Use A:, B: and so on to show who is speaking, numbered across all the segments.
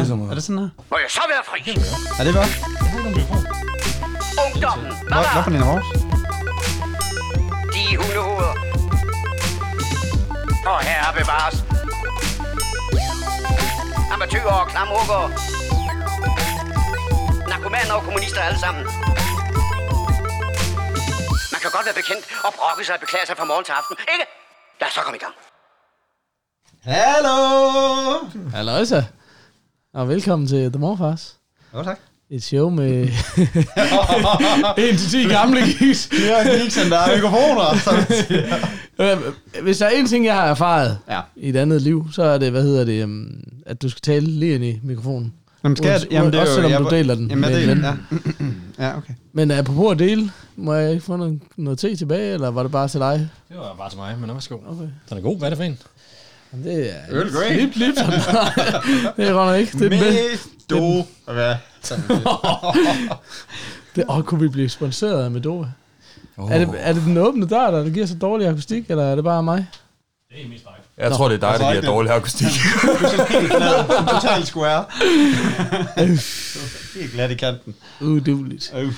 A: Ungdomsområdet.
B: Er det sådan her?
C: Må jeg så være fri?
B: Er det godt?
C: Ungdommen,
B: Hvad, hvad
C: baba,
B: for en af vores?
C: de hundehoveder. Og herre bevares. Amatøger og klamrukker. Narkomaner og kommunister alle sammen. Man kan godt være bekendt og brokke sig og beklage sig fra morgen til aften, ikke? Lad os så komme i gang.
B: Hallo!
D: Hallo, så. Og velkommen til The Morfars.
B: Jo, tak.
D: Et show med... en til ti gamle gis.
B: Det er Nixon, der er mikrofoner. Så...
D: Hvis der er en ting, jeg har erfaret
B: Ja.
D: i et andet liv, så er det, hvad hedder det, øhm, at du skal tale lige ind i mikrofonen.
B: Jamen, skal jeg,
D: Uanset-
B: jamen, det er
D: også
B: jo,
D: selvom
B: jeg,
D: du deler den
B: Jamen, jeg
D: med en
B: deler den,
D: ven.
B: ja. ja, okay.
D: Men apropos at dele, må jeg ikke få noget, noget te tilbage, eller var det bare til dig?
E: Det var bare til mig, men værsgo.
D: Okay.
E: Den er god, hvad er det for en?
D: Jamen, Det er
B: Earl Grey.
D: Lip, lip, det er godt ikke. Det er den bedste.
B: do. Hvad? øh,
D: Det, åh, kunne vi blive sponsoreret af Medova? Oh. Er, det, er det den åbne dør, der giver så dårlig akustik, eller er det bare mig?
A: Jeg tror, det er dig,
B: Altså,
A: der
B: ikke
A: giver dårlig akustik.
B: Total square. Helt glat i kanten.
D: Uduligt.
B: Øv.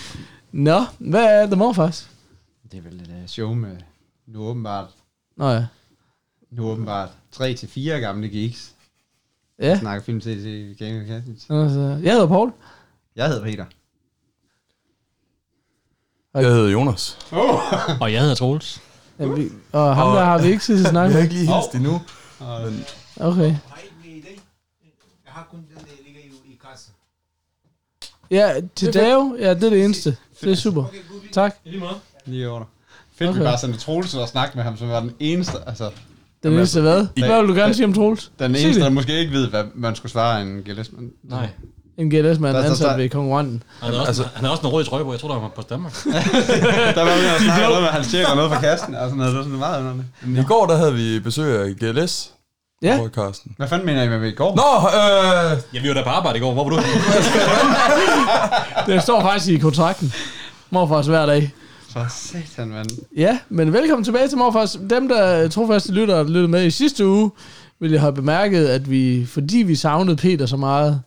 D: Nå, hvad er The Morfars?
B: Det er vel et øh, show med nu åbenbart,
D: Nå ja.
B: nu åbenbart 3-4 gamle geeks.
D: Ja,
B: Snakker film til til Game of Castings.
D: altså, jeg hedder Paul.
B: Jeg hedder Peter.
A: Jeg hedder Jonas.
E: Og jeg hedder Troels.
D: Ja, vi, og ham der har vi ikke siddet og
A: Jeg
D: snakket
A: har
D: med.
A: ikke lige hilst endnu.
D: Okay.
F: Jeg har kun den, der ligger i, i kassen.
D: Ja, til Dave, ja, det er det eneste. Det er super. Tak.
B: Lige over dig. Fedt, okay. vi
D: Okay.
B: bare sendte Troelsen og snakkede med ham, som var den eneste, altså
D: Den
B: Jamen,
D: eneste hvad?
A: I-
D: Hvad vil du gerne sige om Troels?
B: den
D: Sig
B: eneste,
D: det.
B: der måske ikke ved, hvad man skulle svare en gældesmand.
E: Nej.
D: En GLS-mand
B: Der- der- der-
D: ansat ved konkurrenten.
E: Han er, også, altså, han er også en rød trøje på. Jeg tror, der var på Danmark.
B: Der var med at snakke noget med, at han tjekker noget fra kassen og sådan noget. Det var sådan meget underligt.
A: I går, der havde vi besøg af GLS.
D: Ja.
A: Podcasten.
B: Hvad fanden mener I med i går?
A: Nå, øh,
E: Ja, vi var da på arbejde i går. Hvor var du?
D: Det står faktisk i kontrakten. Morfars hver dag.
B: For satan, mand.
D: Ja, men velkommen tilbage til Morfars. Dem, der trofaste lytter og lyttede med i sidste uge, ville have bemærket, at vi, fordi vi savnede Peter så meget,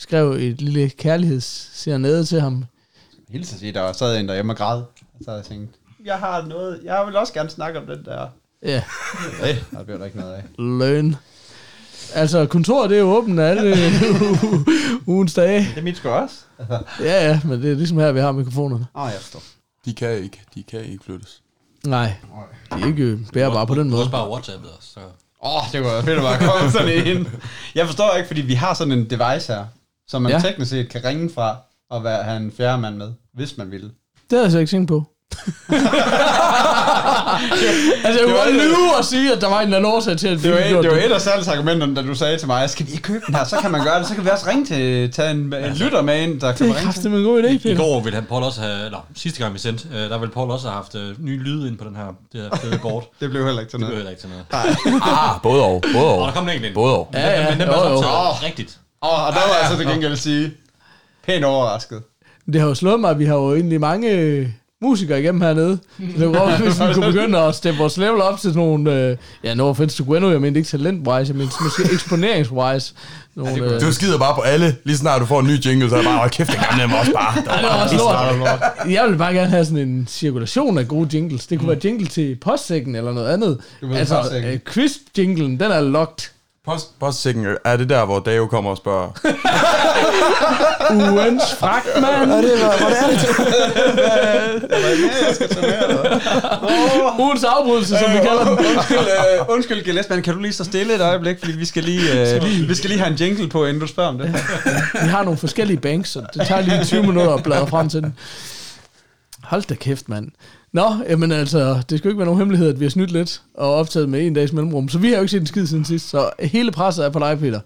D: skrev et lille kærlighedsserenade til ham.
B: Hilse at sige, der sad en derhjemme og græd. Og så havde jeg tænkt, jeg har noget, jeg vil også gerne snakke om den der.
D: Ja,
B: Nej, der blev der ikke noget af.
D: løn. Altså, kontoret det er jo åbent alle u- ugens dage.
B: Det er mit sgu også.
D: Ja, ja, men det er ligesom her, vi har mikrofonerne.
B: Åh, oh, jeg forstår.
A: de kan ikke. De kan ikke flyttes.
D: Nej, det er ikke bærbare på den
E: Du har
D: måde.
E: også bare WhatsAppet os. Så.
B: Åh, oh, det var fedt at bare komme sådan ind. Jeg forstår ikke, fordi vi har sådan en device her, som man
D: Ja.
B: ja. teknisk set kan ringe fra og være, have en fjerde mand med, hvis man ville.
D: Det havde jeg slet ikke tænkt på. altså, jeg kunne godt lyve og sige, at der var en eller anden årsag til, at vi
B: Det var,
D: ikke
B: et,
D: gjorde
B: det var et af salgsargumenterne, da du sagde til mig, skal vi ikke købe den her, så kan man gøre det, så kan vi også ringe til, tage en, en lytter med ind, der kan
D: Det er
B: ringe til.
D: kraftigt en god idé,
E: I
D: Peter.
E: går ville han Paul også have... Eller, sidste gang vi sendte, øh, der ville Paul også have haft øh, nye lyde ind på den her, det her fede board.
B: Det blev heller ikke til
E: Det hører
B: noget.
E: heller ikke til noget.
A: Ah, både og. Både og.
E: Og der kom den enkelt ind.
A: Både og.
D: Ja, ja,
E: Men den
D: jo,
E: var
D: jo.
E: optaget rigtigt.
B: Åh, og der var jeg så til gengæld sige, pænt overrasket.
D: Det har jo slået mig, at vi har jo egentlig mange øh, musikere igennem hernede. Så det var godt, hvis vi kunne begynde at steppe vores level op til sådan nogle... Øh, ja, no offense to Gwenno, jeg mente ikke talent-wise, jeg mente måske eksponeringswise. Nogle, øh,
A: Du skider bare på alle. Lige snart du får en ny jingle, så er jeg bare, "Åh, kæft, den gamle er også bare. Der var
D: det var også
A: bare-
D: lort. Jeg ville bare gerne have sådan en cirkulation af gode jingles. Det kunne være jingle til postsækken eller noget andet.
B: ved,
D: Altså,
B: postsækken.
D: øh, quiz-jinglen, den er locked.
A: Post, postsækken, er det der, hvor Dave kommer og spørger?
D: Ugens fragtmand. Ja, det var, var Ugens afbrydelse, som vi kalder den.
B: undskyld, uh, undskyld Gillespie, kan du lige så stille et øjeblik, fordi vi skal lige, uh, vi skal lige have en jingle på, inden du spørger om det.
D: Vi har nogle forskellige banks, så det tager lige 20 minutter at bladre frem til den. Hold da kæft, mand. Nå, jamen altså, det skal jo ikke være nogen hemmelighed, at vi har snydt lidt og optaget med en dags mellemrum. Så vi har jo ikke set en skid siden sidst, så hele presset er på dig, Peter.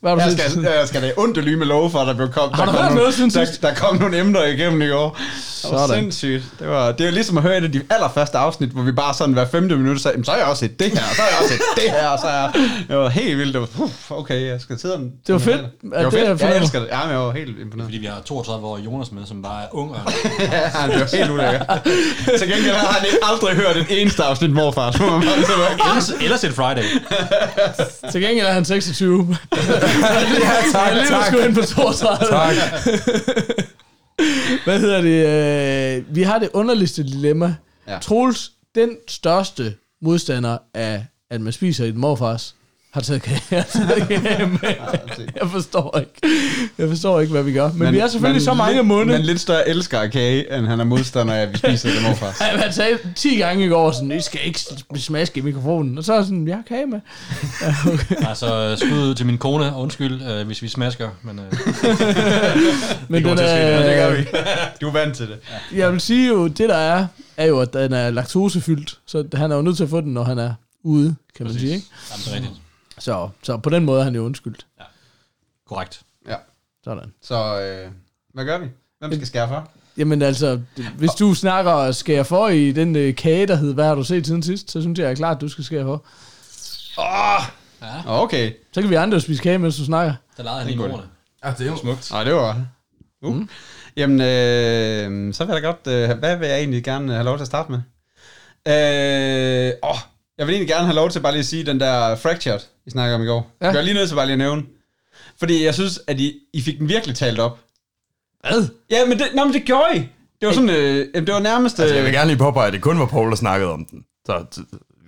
D: Hvad har du
B: Jeg
D: set?
B: skal, jeg skal da ondt lyme love for, at der blev kom,
D: Har
B: der
D: du hørt
B: kom,
D: noget siden
B: nogle, der,
D: sidst?
B: der kom nogle emner igennem i går. Det var
D: Sådan.
B: sindssygt. Det var, det var ligesom at høre et af de allerførste afsnit, hvor vi bare sådan hver femte minut sagde, "Jamen, så har jeg også set det her, og så har jeg også set det her, og så er jeg... Det var helt vildt. Det var, "Uff, okay, jeg skal sidde om...
D: Det var fedt,
B: Det
D: at
B: var
D: det er
B: fedt. Jeg
D: fornemmelse.
B: elsker det. Ja, men jeg var helt imponeret.
E: Fordi vi har 32 år Jonas med, som bare er ung og
B: Ja, det var helt ulækkert. Til gengæld har han aldrig hørt et eneste afsnit morfar. så man bare sidder og-
E: ellers, ellers et Friday.
D: Til gengæld er han 26.
A: Ja, tak,
D: Jeg lever
A: tak.
D: sgu ind på 32.
A: Tak.
D: Hvad hedder det? Øh, vi har det underligste dilemma.
B: Ja.
D: Ja. Troels, den største modstander af, at man spiser i den morfars, har taget kage. har taget kage med. Jeg forstår ikke. Jeg forstår ikke, hvad vi gør. Men, men vi er selvfølgelig så mange
B: lidt,
D: måneder.
B: Men lidt større elsker af kage, end han er modstander af, at vi spiser det morfar.
D: Han har taget 10 gange i går, sådan, I skal ikke smaske i mikrofonen. Og så er jeg sådan, jeg har kage med.
E: Altså, skud ud til min kone, og undskyld, øh, hvis vi smasker, men øh,
D: Men den
B: det gør
D: er,
B: vi. Du er vant til det.
D: jeg vil sige jo, det der er, er jo, at den er laktosefyldt. Så han er jo nødt til at få den, når han er ude, kan man sige. Ikke?
E: jamen, det er rigtigt.
D: Så, så på den måde er han jo undskyldt.
E: Korrekt.
B: Ja.
D: Sådan.
B: Så øh, hvad gør vi? Hvem skal skære for?
D: Jamen altså, hvis du snakker og skærer for i den øh, kage, der hed, hvad har du set siden sidst, så synes jeg, jeg er klart, at du skal skære for.
B: Okay.
D: Så kan vi andre jo spise kage, mens du snakker.
E: Der lejede han lige med ordene.
A: Ja, det er jo smukt.
B: Ej, det var... Uh. Mm. Jamen, øh, så vil jeg da godt... Øh, hvad vil jeg egentlig gerne have lov til at starte med? Øh, åh, jeg vil egentlig gerne have lov til bare lige at sige den der fractured, I snakkede om i går. Ja.
D: Ja.
B: Jeg er lige nødt til bare lige at nævne. Fordi jeg synes, at I, I fik den virkelig talt op.
D: Hvad?
B: Ja, men det, nå, men det gjorde I. Det var sådan, øh, jamen, det var nærmest...
A: Altså, jeg vil
B: Øh,
A: gerne lige påpege, at det kun var Paul, der snakkede om den. Så,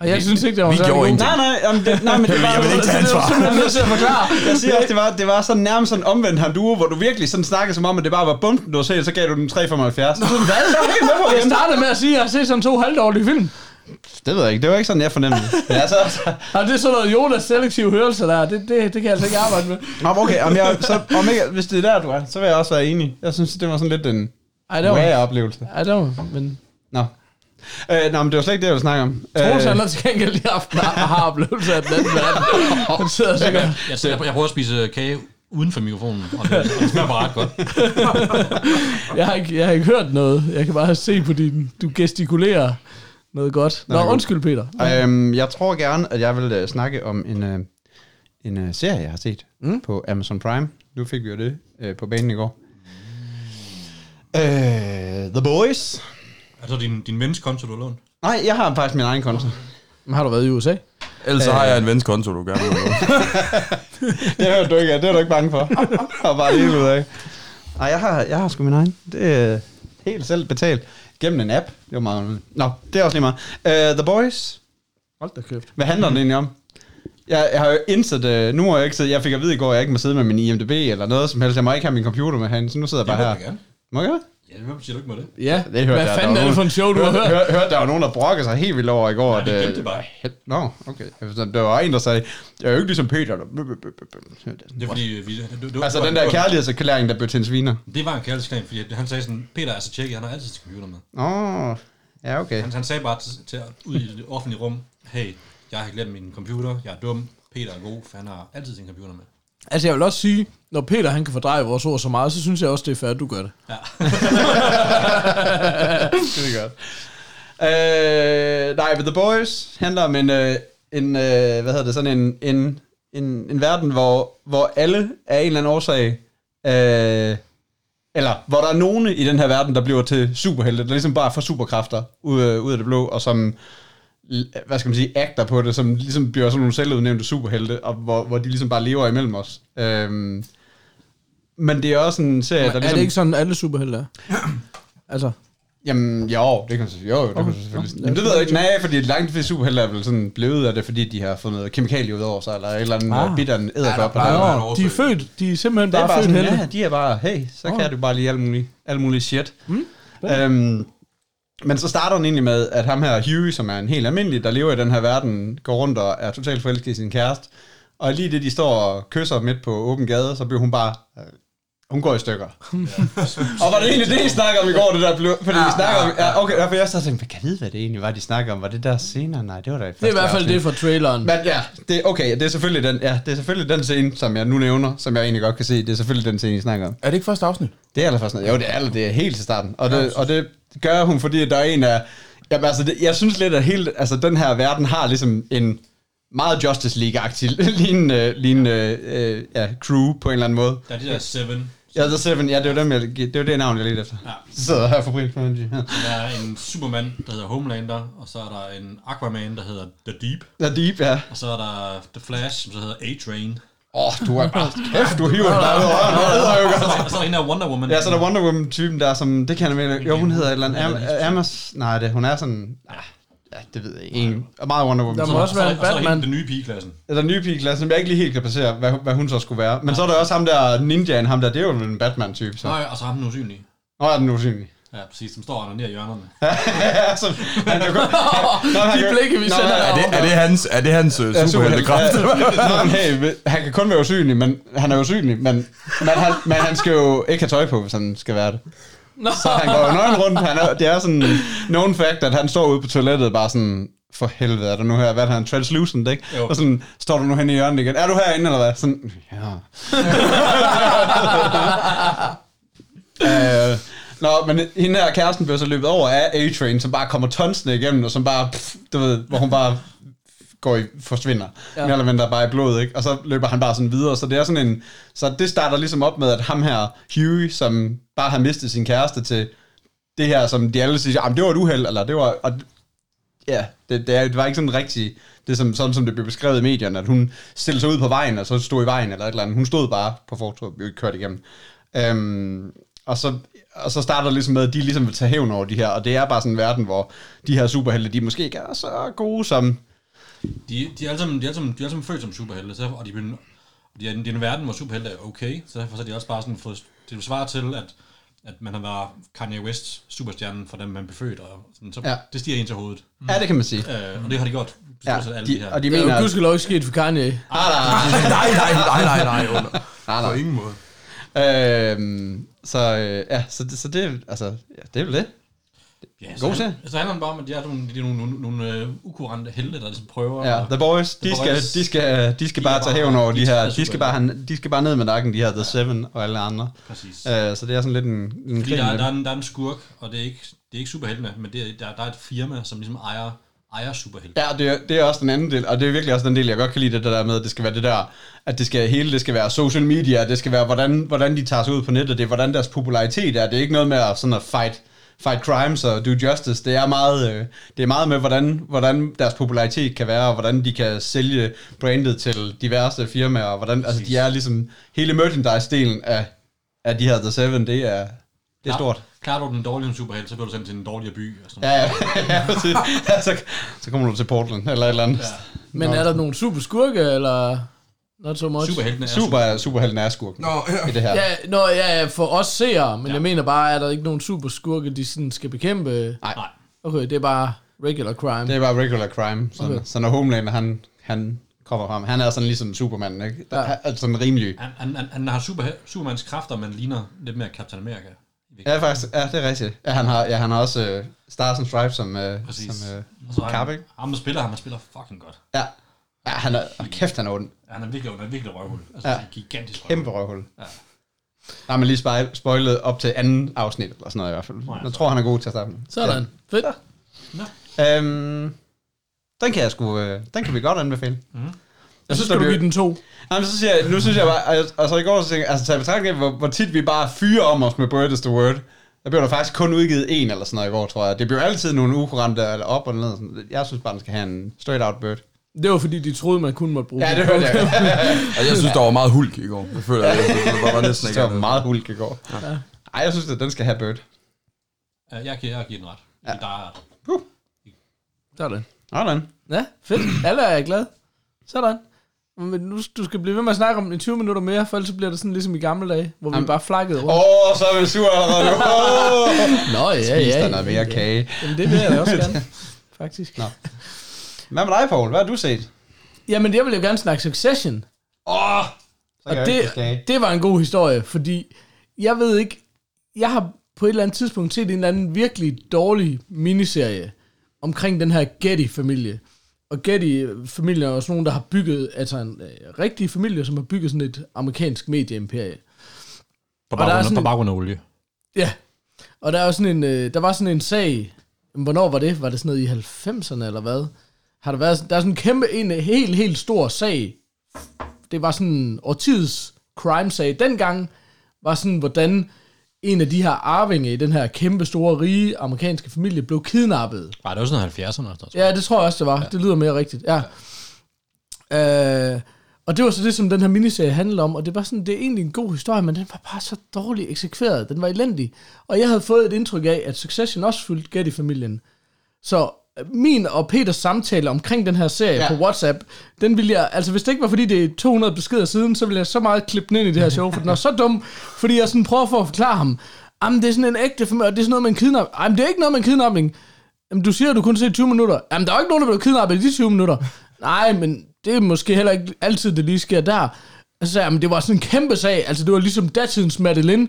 D: Og jeg synes ikke, det var
A: vi
D: særlig
A: gjorde
D: god.
A: ingenting.
B: nej, nej, jamen, det, nej, men det var...
A: Jeg vil ikke tage ansvar.
B: Jeg er nødt til at forklare. Jeg siger også, det var, det var sådan nærmest sådan omvendt Honduras, hvor du virkelig sådan snakkede som om, at det bare var bumpen, du havde set, så gav du den 3,75. Så sådan, hvad? Så er jeg helt med på
D: Jeg
B: igen.
D: startede med at sige, at jeg har set sådan to halvdårlige film.
B: Det ved jeg ikke. Det var ikke sådan, jeg fornemmede det. Ja, så, så.
D: Og det er sådan noget Jonas selektive hørelse der. Det, det, det kan jeg altså ikke arbejde med.
B: Nå, men okay, om jeg, så, om ikke, hvis det er der, du er, så vil jeg også være enig. Jeg synes, det var sådan lidt en
D: Ej, det var...
B: rare oplevelse.
D: Ej, det var... Men
B: Nå. Øh, nå, men det var slet ikke det, jeg ville snakke om.
D: Troels
B: Øh,
D: han har til gengæld lige haft en har oplevelse af den anden verden. Han sidder sikkert...
E: Jeg, jeg, jeg prøver at spise øh, kage uden for mikrofonen, og det, og det smager bare ret godt.
D: Jeg har, ikke, jeg har ikke hørt noget. Jeg kan bare se på din... Du gestikulerer noget godt. Nå,
B: Nej, god.
D: undskyld, Peter.
B: Øhm, jeg tror gerne, at jeg vil øh, snakke om en, øh, en øh, serie, jeg har set mm. på Amazon Prime. Nu fik vi jo det øh, på banen i går. Øh, The Boys.
E: Altså, din, din vens konto, du har lånt.
B: Nej, jeg har faktisk min egen konto.
D: Men Har du været i USA?
A: Ellers så har jeg en vens konto, du gerne vil have.
B: Det hørte du ikke, af. det er du ikke bange for. Og bare lige ud af. Nej, jeg har, jeg har sgu min egen. Det er helt selv betalt. Gennem en app. Det var meget underligt. Nå, det er også lige meget. Uh, The Boys.
D: Hold da kæft.
B: Hvad handler det egentlig om? Jeg, jeg har jo indsat, øh, nu har jeg ikke siddet, jeg fik at vide i går, at jeg ikke må sidde med min IMDB eller noget som helst. Jeg må ikke have min computer med herinde, så nu sidder jeg bare
E: Jeg
B: her.
E: håber gerne.
B: Må jeg?
E: Ja, hvem siger du ikke med det?
D: Ja,
B: Det hørte
D: hvad
B: jeg,
D: fanden
B: der
D: er
B: var
D: det for en show, du har
B: Hør,
D: hørt?
B: hør, hørte, der var nogen, der brokkede sig helt vildt over i går.
E: Jeg
B: at,
E: glemte det bare.
B: øh, Nå, okay. Jeg forstår, Der var en, der sagde, jeg er jo ikke ligesom Peter. Der... bø, bø, bø, bø, bø."
E: Det er fordi, øh, vi... Det, det,
B: Altså
E: det,
B: den der kærlighedserklæring, der blev til en sviner.
E: Det var en kærlighedsklam, fordi han sagde sådan, Peter er så tjekket, han har altid sin computer med.
B: Åh, ja okay.
E: Han, han sagde bare til, til ud i det offentlige rum, hey, jeg har glemt min computer, jeg er dum, Peter er god, for han har altid sin computer med.
D: Altså, jeg vil også sige, når Peter han kan fordreje vores ord så meget, så synes jeg også, det er fair, at du gør det.
B: Skide godt. Øh, nej, but The Boys handler om en, øh, en øh, hvad hedder det, sådan en, en, en, en verden, hvor, hvor alle af en eller anden årsag, øh, eller hvor der er nogen i den her verden, der bliver til superhelte, der ligesom bare får superkræfter ud, øh, ud af det blå, og som l- hvad skal man sige, agter på det, som ligesom bliver sådan nogle selvudnævnte superhelte, og hvor, hvor de ligesom bare lever imellem os. Øhm, men det er også en serie, der
D: Ja,
B: ligesom...
D: er det ikke sådan, alle superhelte er? altså,
B: Jamen, jo, det kan du jo, jo, det kan du selvfølgelig. Jamen, det ved jeg ikke. Nej, fordi langt de fleste superhelte er vel sådan blevet af det, fordi de har fået noget kemikalie ud over sig, eller et eller andet ah. bitteren æderkop. Ja,
E: plejer at være
D: Nå,
E: en
D: de er
E: oversættelse.
D: født, de er simpelthen
B: det er
D: bare,
B: bare
D: født
B: sådan,
D: helte.
B: ja, de er bare, hey, så kan du bare lige alt muligt, alt muligt shit. Mm, øhm, men så starter den egentlig med, at ham her Huey, som er en helt almindelig, der lever i den her verden, går rundt og er totalt forelsket i sin kæreste. Og lige det, de står og kysser midt på åben gade, så bliver hun bare øh, hun går i stykker. og var det egentlig det, I snakkede om i går, det der blev... Fordi ja,
D: Ah,
B: vi snakker om... Ja, okay, derfor jeg sad og tænkte, hvad kan vide, hvad det egentlig var, de snakker om? Var det der senere? Nej, det var da
D: Det er i hvert fald det fra traileren.
B: Men ja, det, okay, det er, selvfølgelig den, ja, det er selvfølgelig den scene, som jeg nu nævner, som jeg egentlig godt kan se. Det er selvfølgelig den scene, I snakker om.
A: Er det ikke første afsnit?
B: Det er allerførst noget. Jo, det er, aller- det er helt til starten. Og det, og det gør hun, fordi der er en af... Jamen, altså, det, jeg synes lidt, at hele, altså, den her verden har ligesom en meget Justice League-agtig lignende, lignende øh, ja, crew på en eller anden måde.
E: Der er de der Seven.
B: Ja, The Seven, ja, det var, dem, jeg, det, var det navn, jeg ledte efter.
E: Ja.
B: Så sidder jeg her for Brian Cronenberg.
E: Der er en Superman, der hedder Homelander, og så er der en Aquaman, der hedder The Deep,
B: Ja. The Deep, ja.
E: og så er der The Flash, som så hedder A-Train.
B: Åh, oh, du er bare... Kæft, du hiver dig ud af røven. Det hedder jo
E: Og
B: godt.
E: så- Og så er der en der Wonder Woman.
B: Ja, så er der Wonder Woman-typen der, som... Det kan jeg nemlig... Jo, hun hedder et eller andet...
E: Hun hedder
B: Am- Amos... Nej, det, hun er sådan... ah, Ja, det ved jeg ikke. En, meget Wonder Woman.
D: Der må
E: Og
D: også
E: så er
D: være en
E: der- og så er der
D: Batman.
E: hende, den nye pigeklassen.
B: Ja, der er nye pige i klassen, som jeg ikke lige helt kan placere, hvad, hvad hun så skulle være. Men så er der også ham der ninjaen, ham der, det er jo en Batman-type, så.
E: Nå ja, og så har den usynlige.
B: Nå, er den usynlig.
E: Ja, præcis, som står og onanerer i hjørnerne.
B: altså, han kan godt... Nå, han
D: De
B: kan-
D: blikke, vi
B: Nå,
D: sender
B: han-
A: Er det, er det hans, er det hans uh,
B: Ja,
A: superheltekraft?
B: superhelte. Ja, Nå, men hey, han kan kun være usynlig, men han er usynlig, men, men, han, men han skal jo ikke have tøj på, hvis han skal være det.
D: Nå.
B: Så han går jo nøgen rundt, han er, det er sådan known fact, at han står ude på toilettet bare sådan, for helvede, er der nu her, hvad er han, translucent, ikke?
E: Jo.
B: Og sådan, står du nu hen i hjørnet igen, er du herinde, eller hvad? Sådan, ja. øh, nå, men hende her kæresten bliver så løbet over af A-Train, som bare kommer tonsende igennem, og som bare, pff, du ved, hvor hun bare går i, forsvinder, ja. mere eller mindre bare i blodet, ikke? Og så løber han bare sådan videre, så det er sådan en, så det starter ligesom op med, at ham her, Huey, som bare har mistet sin kæreste til det her, som de alle siger, jamen det var et uheld, eller det var, og ja, det, det, er, det var ikke sådan rigtig, det er som, sådan som det blev beskrevet i medierne, at hun stillede sig ud på vejen, og så stod i vejen, eller et eller andet. Hun stod bare på fortovet, blev kørt igennem. Øhm, og så, og så starter det ligesom med, at de ligesom vil tage hævn over de her, og det er bare sådan en verden, hvor de her superhelte, de måske ikke er så gode som
E: De, de, er alle sammen, de, er alle sammen, de er alle sammen født som superhelte, så, og de, begynde, de, er, de er en verden, hvor superhelte er okay, så derfor så er de også bare sådan fået, det er svar til, at, at man har været Kanye West superstjernen fra dem, man blev født, og sådan, så
B: Ja.
E: ja. det stiger ind til hovedet.
D: Mm.
B: Ja, det kan man sige.
E: Øh, og det har de gjort,
B: Ja,
E: stort set alle de,
B: de,
E: her.
B: og de
D: Det er
B: mener...
D: jo gudskelov ikke sket for Kanye.
A: Nej, nej, nej, nej, nej, under. På ingen måde.
B: Øhm, så øh, ja, så, det- så det, altså, ja, det er vel det.
E: Ja,
B: God
E: så, han,
B: til.
E: så handler det bare om, at de er nogle, de er nogle, nogle, nogle uh, ukurante helte, der ligesom prøver.
B: Ja,
E: at-
B: The Boys, de,
E: The
B: skal,
E: Boys.
B: de skal, de skal
E: De
B: bare
E: er
B: tage
E: bare-
B: hævn over
E: de
B: de her,
E: tager
B: de skal bare, han, de skal bare ned med nakken, de her The Seven og alle andre.
E: Præcis.
B: Øh, så det er sådan lidt en, en
E: Fordi
B: krig.
E: der, er-
B: med
E: der, er
B: dem.
E: en, der er en skurk, og det er ikke, det er ikke superheltene, men det er, der, der er et firma, som ligesom ejer, ejer superhelte.
B: Ja, det er, det er også den anden del, og det er virkelig også den del, jeg godt kan lide, det der med, at det skal være det der, at det skal, hele det skal være social media, det skal være, hvordan, hvordan de tager sig ud på nettet, det er, hvordan deres popularitet er, det er ikke noget med at, sådan at fight, fight crimes og do justice, det er meget, øh, det er meget med, hvordan, hvordan deres popularitet kan være, og hvordan de kan sælge brandet til diverse firmaer, og hvordan, altså de er ligesom, hele merchandise-delen af, af de her The Seven, det er, det er stort.
E: Klarer du den dårlige superhelt, så bliver du sendt til en dårligere by. Og sådan.
B: Ja, ja, ja, præcis. ja så, så kommer du til Portland, eller et eller andet. Ja.
D: Men er der nogle super skurke, eller not so much?
E: Superheltene er super.
B: Super, superhelten er skurken
A: Nå, ja.
B: i det her.
D: Ja, nå, ja, ja, for os seere, men ja. jeg mener bare, er der ikke nogen super skurke, de sådan skal bekæmpe?
B: Nej.
E: Nej.
D: Okay, det er bare regular crime.
B: Det
D: Det.
B: er bare regular crime. Så, okay.
D: Okay.
B: så når Homelander, han, han kommer frem, han er sådan ligesom Superman, ikke? Der, ja.
D: Ja.
B: Altså sådan rimelig.
E: Han, han, han, han har super, Supermans kræfter, men ligner lidt mere Captain America.
B: Ja, faktisk. Ja, det er rigtigt. Ja, han har, ja, han har også uh, Stars and Stripes som, uh,
E: Præcis.
B: som uh,
E: Og så er
B: kap,
E: han,
B: ikke?
E: ham, der spiller ham, han spiller fucking godt.
B: Ja. ja han er, oh, kæft, han er ond.
E: Ja, Han er virkelig, han er virkelig røvhul. Altså,
B: Ja.
E: ja. gigantisk røvhul.
B: Kæmpe røvhul. Ja. Der har man lige spejl- spoilet op til anden afsnit, eller sådan noget i hvert fald.
E: Nej,
B: Jeg tror, han er god til at starte med.
D: Sådan, fedt.
B: Ja. Øhm, den kan jeg sgu, øh, den kan vi godt anbefale.
E: Mhm.
B: Mm.
D: Jeg synes, skal du give den to.
B: Jamen, så siger jeg, nu synes jeg bare, al- altså i går, så tænkte jeg, altså tager jeg i betragtning af, hvor, hvor tit vi bare fyrer om os med Bird is the Word. Der blev der faktisk kun udgivet en eller sådan noget i går, tror jeg. Det blev altid nogle ukurante eller op og ned. og Sådan. Jeg synes bare, den skal have en straight out bird.
D: Det var fordi, de troede, man kun måtte bruge
B: Ja, det
D: den.
B: hørte jeg.
A: Og jeg synes, der var meget hulk i går. Jeg føler, at det var bare næsten
B: Det
A: ikke.
B: var
A: andet.
B: meget hulk i går. Ej, jeg synes, at den skal have bird.
E: Ja, jeg, giver, jeg giver den ret. Ja. Der er,
D: Sådan.
B: Sådan.
D: Ja, fedt. Alle er glade. Sådan. Men nu, du skal blive ved med at snakke om den i 20 minutter mere, for ellers så bliver det sådan ligesom i gamle dage, hvor vi bare flakkede rundt.
B: Åh, oh, så er vi sur allerede nu. Oh,
D: Nå, ja,
B: ja, ja, noget mere kage.
D: Jamen, det vil jeg da også gerne, faktisk. Nå.
B: Hvad med dig, Poul? Hvad har du set?
D: Jamen, jeg vil jo gerne snakke Succession.
B: Åh, oh, så kan
D: Og
B: jeg ikke få kage.
D: det, det var en god historie, fordi jeg ved ikke, jeg har på et eller andet tidspunkt set en eller anden virkelig dårlig miniserie omkring den her Getty-familie. Og Getty-familien er også nogen, der har bygget, altså en øh, rigtig familie, som har bygget sådan et amerikansk medieimperie.
E: På
D: der er
E: baggrund,
D: sådan
E: på
D: en-
E: baggrund af olie.
D: Ja, og der, er jo sådan en, øh, der var sådan en sag, Jamen, hvornår var det? Var det sådan noget i 90'erne eller hvad? Har der været sådan, der er sådan en kæmpe, en helt, helt stor sag. Det var sådan årtids crime-sag. Dengang var sådan, hvordan en af de her arvinge i den her kæmpe store, rige amerikanske familie blev kidnappet.
E: Nej, det var sådan noget 70'erne. Der, ja.
D: Ja, det tror jeg også, det var. Ja. Det lyder mere rigtigt, ja. ja. Øh, og det var så det, som den her miniserie handlede om, og det var sådan, det er egentlig en god historie, men den var bare så dårligt eksekveret. Den var elendig. Og jeg havde fået et indtryk af, at Succession også fyldte gæt i familien. Så øh, min og Peters samtale omkring den her serie ja.
B: Ja.
D: på WhatsApp, den ville jeg, altså hvis det ikke var fordi det er 200 beskeder siden, så ville jeg så meget klippe den ind i det her show, for den er så dum, fordi jeg sådan prøver for at forklare ham, jamen det er sådan en ægte familie, og det er sådan noget med en kidnapning. Jamen det er ikke noget med en kidnapning. Jamen, du siger, at du kun ser 20 minutter. Jamen, der er jo ikke nogen, der bliver kidnappet i de 20 minutter. Nej, men det er måske heller ikke altid, det lige sker der. Altså, jamen, det var sådan en kæmpe sag. Altså, det var ligesom datidens Madeline.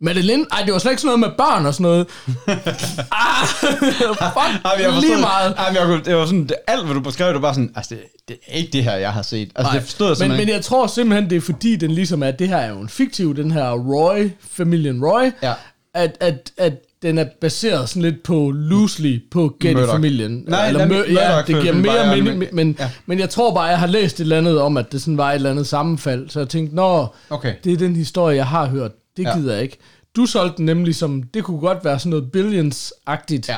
D: Madeline? Ej, det var slet ikke sådan noget med børn og sådan noget. ah,
B: Ej, men
D: fuck,
B: jeg forstod,
D: lige meget.
B: Ej, men jeg kunne, det var sådan, det, alt hvad du beskrev, det var bare sådan, altså det, det er ikke det her, jeg har set. Altså det forstod jeg
D: men,
B: simpelthen
D: men
B: ikke.
D: jeg tror simpelthen, det er fordi, den ligesom er, at det her er jo en fiktiv, den her Roy, familien Roy,
B: Ja.
D: at, at, at den er baseret sådan lidt på loosely på Getty-familien.
B: Nej,
D: eller
B: nej,
D: Mur- ja, det
B: Murdoch
D: giver
B: følte bare,
D: mere
B: jeg
D: mening,
B: ville-
D: men, ja.
B: Ja.
D: men jeg tror bare, jeg har læst et eller andet om, at det sådan var et eller andet sammenfald, så jeg tænkte, nå,
B: Okay.
D: det er den historie, jeg har hørt, det
B: Ja.
D: gider jeg ikke. Du solgte den nemlig som, det kunne godt være sådan noget Billions-agtigt,
B: Ja.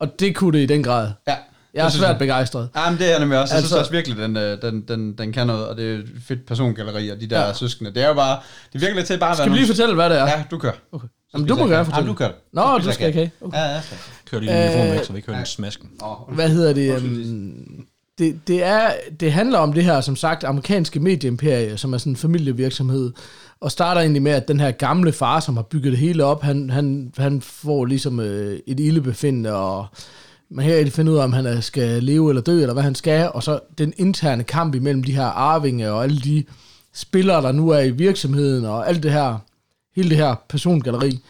D: og det kunne det i den grad.
B: Ja.
D: Jeg er
B: Det synes
D: svært begejstret.
B: Ja, men det er jeg nemlig også. Jeg altså,
D: Altså-
B: synes også virkelig, den, øh, den, den, den kan noget, og det er et fedt persongalleri, og de der
D: Ja.
B: ja. søskende. Det er jo bare, det virker lidt til bare at være
D: Kan vi lige fortælle, hvad det er?
B: nogle- Ja, du kører.
D: Okay.
B: Så
D: Jamen,
B: spiser
D: du må
B: jeg
D: gerne
B: kage.
D: fortælle.
B: Jamen, du kører.
D: Nå,
B: Så
D: du
B: spiser
D: skal ikke have.
B: Ja, ja, skal.
E: Kører lige mikrofonen væk, så vi ikke hører den smasken.
D: Hvad hedder det? Um, det, det, er, det handler om det her, som sagt, amerikanske medieimperie, som er sådan en familievirksomhed, og starter egentlig med, at den her gamle far, som har bygget det hele op, han, han, han får ligesom øh, et ildebefindende, og man kan ikke rigtig finde ud af, om han er- skal leve eller dø, eller hvad han skal, og så den interne kamp imellem de her arvinge, og alle de spillere, der nu er i virksomheden, og alt det her, hele det her persongalleri.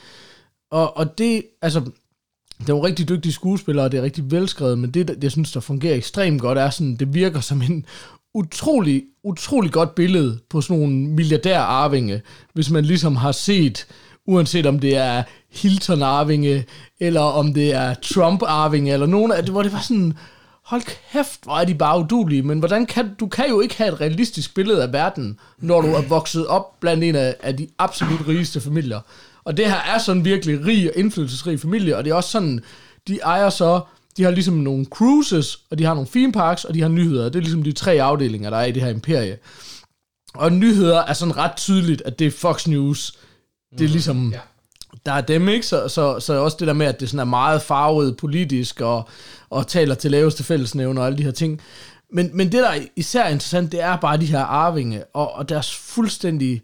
D: Og, og det, altså, det er jo rigtig dygtige skuespillere, og det er rigtig velskrevet, men det, der- jeg synes, der fungerer ekstremt godt, er sådan, det virker som en utrolig, utrolig godt billede på sådan nogle milliardærarvinge, hvis man ligesom har set, uanset om det er Hilton-arvinge, eller om det er Trump-arvinge, eller nogen af det, hvor det var sådan, hold kæft, hvor er de bare udulige, men hvordan kan, du kan jo ikke have et realistisk billede af verden, når du er vokset op blandt en af, af de absolut rigeste familier. Og det her er sådan en virkelig rig og indflydelsesrig familie, og det er også sådan, de ejer så, de har ligesom nogle cruises, og de har nogle theme parks, og de har nyheder. Det er ligesom de tre afdelinger, der er i det her imperie. Og nyheder er sådan ret tydeligt, at det er Fox News. Det er ligesom, der er dem, ikke? Så, så, så også det der med, at det sådan er meget farvet politisk, og, og taler til laveste fællesnævner og alle de her ting. Men, men det, der er især interessant, det er bare de her arvinge, og, og deres fuldstændig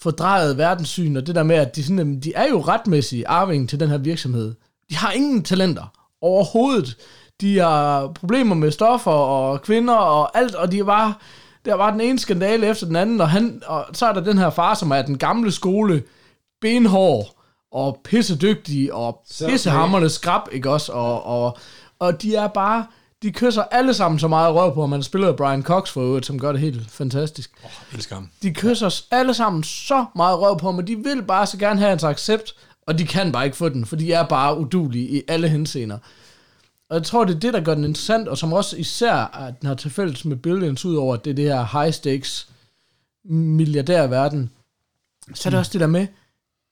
D: fordrejet verdenssyn, og det der med, at de, sådan, jamen, de er jo retmæssige arvinge til den her virksomhed. De har ingen talenter overhovedet. De har problemer med stoffer og kvinder og alt, og de er bare, der var den ene skandale efter den anden, og, han, og så er der den her far, som er den gamle skole, benhård og pissedygtig og pissehammerne skrab, ikke også? Og, og, og de er bare, de kysser alle sammen så meget røv på, og man spiller Brian Cox for øvrigt, som gør det helt fantastisk.
E: Åh, elsker ham.
D: De kysser os alle sammen så meget røv på, men de vil bare så gerne have hans accept, og de kan bare ikke få den, for de er bare udulige i alle henseender. Og jeg tror, det er det, der gør den interessant, og som også især at den har til fælles med Billions, udover at det er det her high stakes milliardærverden, så er det også det der med,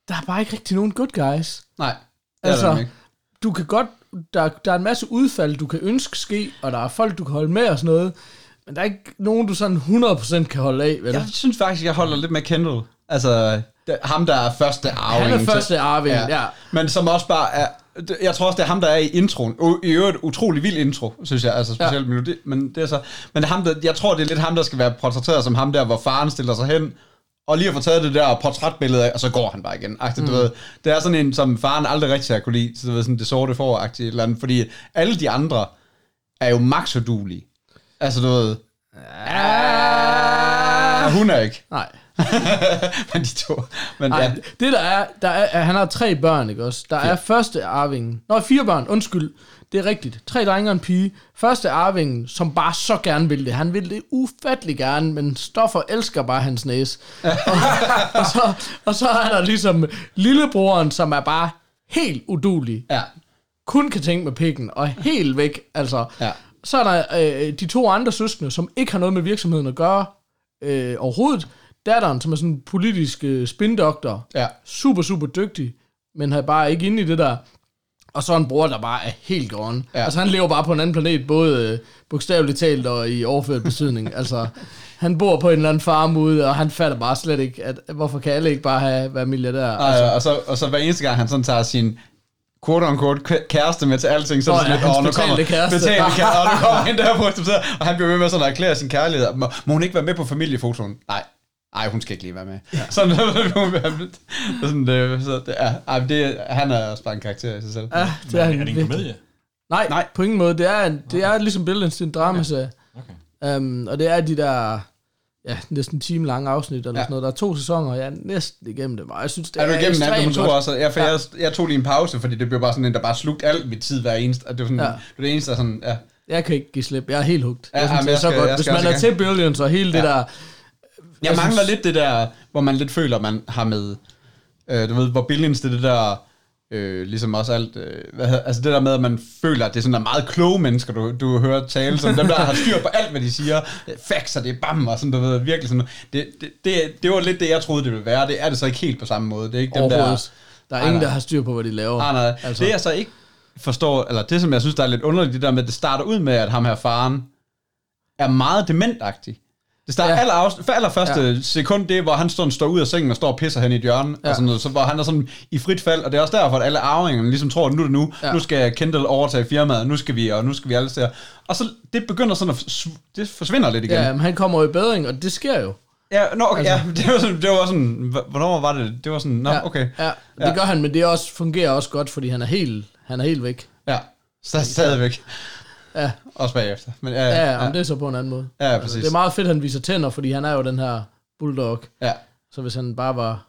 D: der er bare ikke rigtig nogen good guys.
B: Nej, det altså, er der
D: Altså,
B: ikke.
D: du kan godt, der, der er en masse udfald, du kan ønske ske, og der er folk, du kan holde med og sådan noget, men der er ikke nogen, du sådan 100% kan holde af, vel?
B: Jeg synes faktisk, jeg holder lidt med Kendall. Altså, det- ham der er første arving.
D: Han er
B: til-
D: første arving, ja.
B: Men som også bare er... det- Jeg tror også, det er ham, der er i introen. U- I øvrigt utrolig vild intro, synes jeg. Altså specielt ja. melodi. Men det er så... Men det er ham, der, jeg tror, det er lidt ham, der skal være portrætteret som ham der, hvor faren stiller sig hen. Og lige at få taget det der portrætbillede af, og så går han bare igen. Agtigt, mm. du ved. Det er sådan en, som faren aldrig rigtig har kunne lide. Så du ved, sådan det sorte får agtigt eller andet. Fordi alle de andre er jo max udulige. Altså, du ved... Ah, hun er ikke.
D: Nej.
B: men de to. Men
D: Ej,
B: ja,
D: det der er, der er, at han har tre børn, ikke også? Der er første arvingen. Nå, fire børn, undskyld. Det er rigtigt. Tre drenge og en pige. Første arvingen, som bare så gerne vil det. Han vil det ufattelig gerne, men Stoffer elsker bare hans næse. og, og, så, og så er der ligesom lillebroren, som er bare helt udulig.
B: ja,
D: Kun kan tænke med pikken, og helt væk, altså.
B: Ja.
D: Så er der øh, de to andre søskende, som ikke har noget med virksomheden at gøre øh, overhovedet. Datteren, som er sådan en politisk øh, spindoktor
B: ja.
D: super, super dygtig, men er bare ikke inde i det der. Og så en bror, der bare er helt gone. Ja.
B: Ja.
D: Altså, han lever bare på en anden planet, både øh, bogstaveligt talt og i overført betydning. altså, han bor på en eller anden farm ude, og han fatter bare slet ikke, at hvorfor kan alle ikke bare have, være milliardær?
B: Og, altså, og, så, og så hver eneste gang, han sådan tager sin quote on quote kæreste med til alting, så er
D: Nå
B: det sådan
D: ja,
B: lidt,
D: hans
B: åh, nu
D: betalte
B: kommer
D: kæreste."
B: betalte kæreste, og nu kommer hende der på hospitalet, og han bliver ved med sådan at erklære sin kærlighed. Må, må hun ikke være med på familiefotoen? Nej. Nej, hun skal ikke lige være med. Ja. Sådan, sådan, det, så det, er, ej, men det, er- han er også bare en karakter i sig selv.
D: ja, det er, han
E: Er det en
D: virkelig.
E: komedie?
D: Nej, Nej, på ingen måde. Det er, en, det er ligesom Billions, det er en dramaserie.
E: Okay.
D: Ja. Um, og det er de der ja, næsten time lange afsnit, eller
B: Ja.
D: sådan noget. Der er to sæsoner, og jeg er næsten igennem dem, og jeg synes, det
B: Er du igennem
D: ekstremt
B: anden nummer to
D: godt.
B: også? Jeg, for
D: Ja.
B: ja. jeg, jeg tog lige en pause, fordi det blev bare sådan en, der bare slugte alt mit tid hver eneste. Og det var sådan,
D: Ja.
B: ja. det, var det eneste, der sådan, ja.
D: Jeg kan ikke give slip. Jeg er helt hugt.
B: Ja,
D: jeg synes,
B: jamen,
D: det er
B: jeg
D: så
B: skal-
D: godt.
B: jeg
D: Hvis
B: skal
D: man
B: også
D: er
B: i gang.
D: til Billions og hele det
B: Ja.
D: der...
B: Jeg,
D: Jeg
B: mangler
D: synes-
B: lidt det der, hvor man lidt føler, man har med, øh, du ved, hvor billions det er det der, øh, ligesom også alt, øh, hvad, hedder- altså det der med, at man føler, at det er sådan der meget kloge mennesker, du, du hører tale, som dem, der har styr på alt, hvad de siger, øh, facts, og det er bam, og sådan, du ved, virkelig sådan, det, det, det, det var lidt det, jeg troede, det ville være, det er det så ikke helt på samme måde, det er ikke dem der,
D: Overhovedet. Der er
B: Nej,
D: ingen,
B: nej.
D: der har styr på, hvad de laver.
B: Ah, nej. Altså. Det jeg så ikke forstår, eller det som jeg synes, der er lidt underligt, det der med, at det starter ud med, at ham her faren er meget dementagtig. Det starter
D: Ja.
B: ja. aller, afs- for allerførste ja. sekund, det er, hvor han sådan står ud af sengen og står og pisser hen i et hjørne, ja. og sådan noget, så hvor han er sådan i frit fald, og det er også derfor, at alle arvingerne ligesom tror, at nu er det nu,
D: Ja.
B: ja. nu skal Kendall overtage firmaet, nu skal vi, og nu skal vi alle se Og så det begynder sådan at, sv- det forsvinder lidt igen.
D: Ja, men han kommer jo i bedring, og det sker jo.
B: Ja, nå, okay, altså. ja det, var sådan, det var sådan, hv- hvornår var det, det var sådan, nå,
D: ja,
B: Ah, okay.
D: Ja, det
B: Ja.
D: gør han, men det er også, fungerer også godt, fordi han er helt, han er helt væk.
B: Ja, så stadigvæk.
D: Ja.
B: Også bagefter. Men, ja,
D: Ja, ja, men det er så på en anden måde.
B: Ja, ja,
D: Altså,
B: præcis.
D: det er meget fedt, at han viser tænder, fordi han er jo den her bulldog.
B: Ja.
D: Så hvis han bare var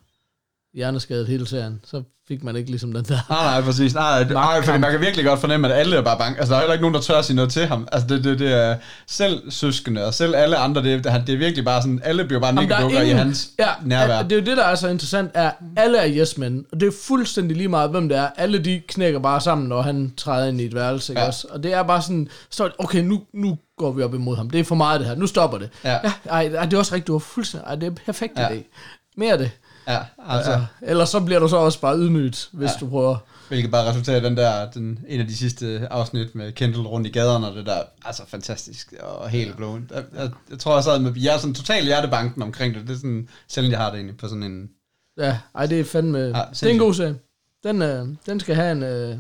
D: hjerneskadet hele serien, så fik man ikke ligesom den der...
B: Nej, nej, præcis. Nej, nej, nej, fordi
D: Magtkamp.
B: man kan virkelig godt fornemme, at alle er bare bange. Altså, der er heller ikke nogen, der tør at sige noget til ham. Altså, det, det, det er selv søskende og selv alle andre, det, det, det er virkelig bare sådan, alle bliver bare
D: Jamen, der er
B: nikkedukker i
D: ingen-
B: hans
D: ja,
B: nærvær.
D: Det er jo det, der er så interessant, er, alle er yes men, og det er fuldstændig lige meget, hvem det er. Alle de knækker bare sammen, når han træder ind i et værelse, ikke
B: Ja.
D: også? Og det er bare sådan, så, okay, nu, nu går vi op imod ham. Det er for meget det her. Nu stopper det.
B: Ja.
D: ej, ej, det er også rigtigt. Du har fuldstændig... Ej, det er perfekt ja.
B: Ja.
D: idé. Mere af det.
B: Ja, altså,
D: Ja.
B: ja.
D: Ellers så bliver du så også bare ydmygt, hvis ja. du prøver.
B: hvilket bare resulterer i den der, den, en af de sidste afsnit med Kendall rundt i gaderne, og det der, altså fantastisk og helt blown. Jeg, jeg, jeg tror, jeg sad med, jeg er sådan totalt hjertebanken omkring det. Det er sådan, selvom jeg har det egentlig på sådan en,
D: Ja, ej, det er fandme... Ja, det er en
B: sindssygt.
D: god serie. Den, øh, den skal have en, øh,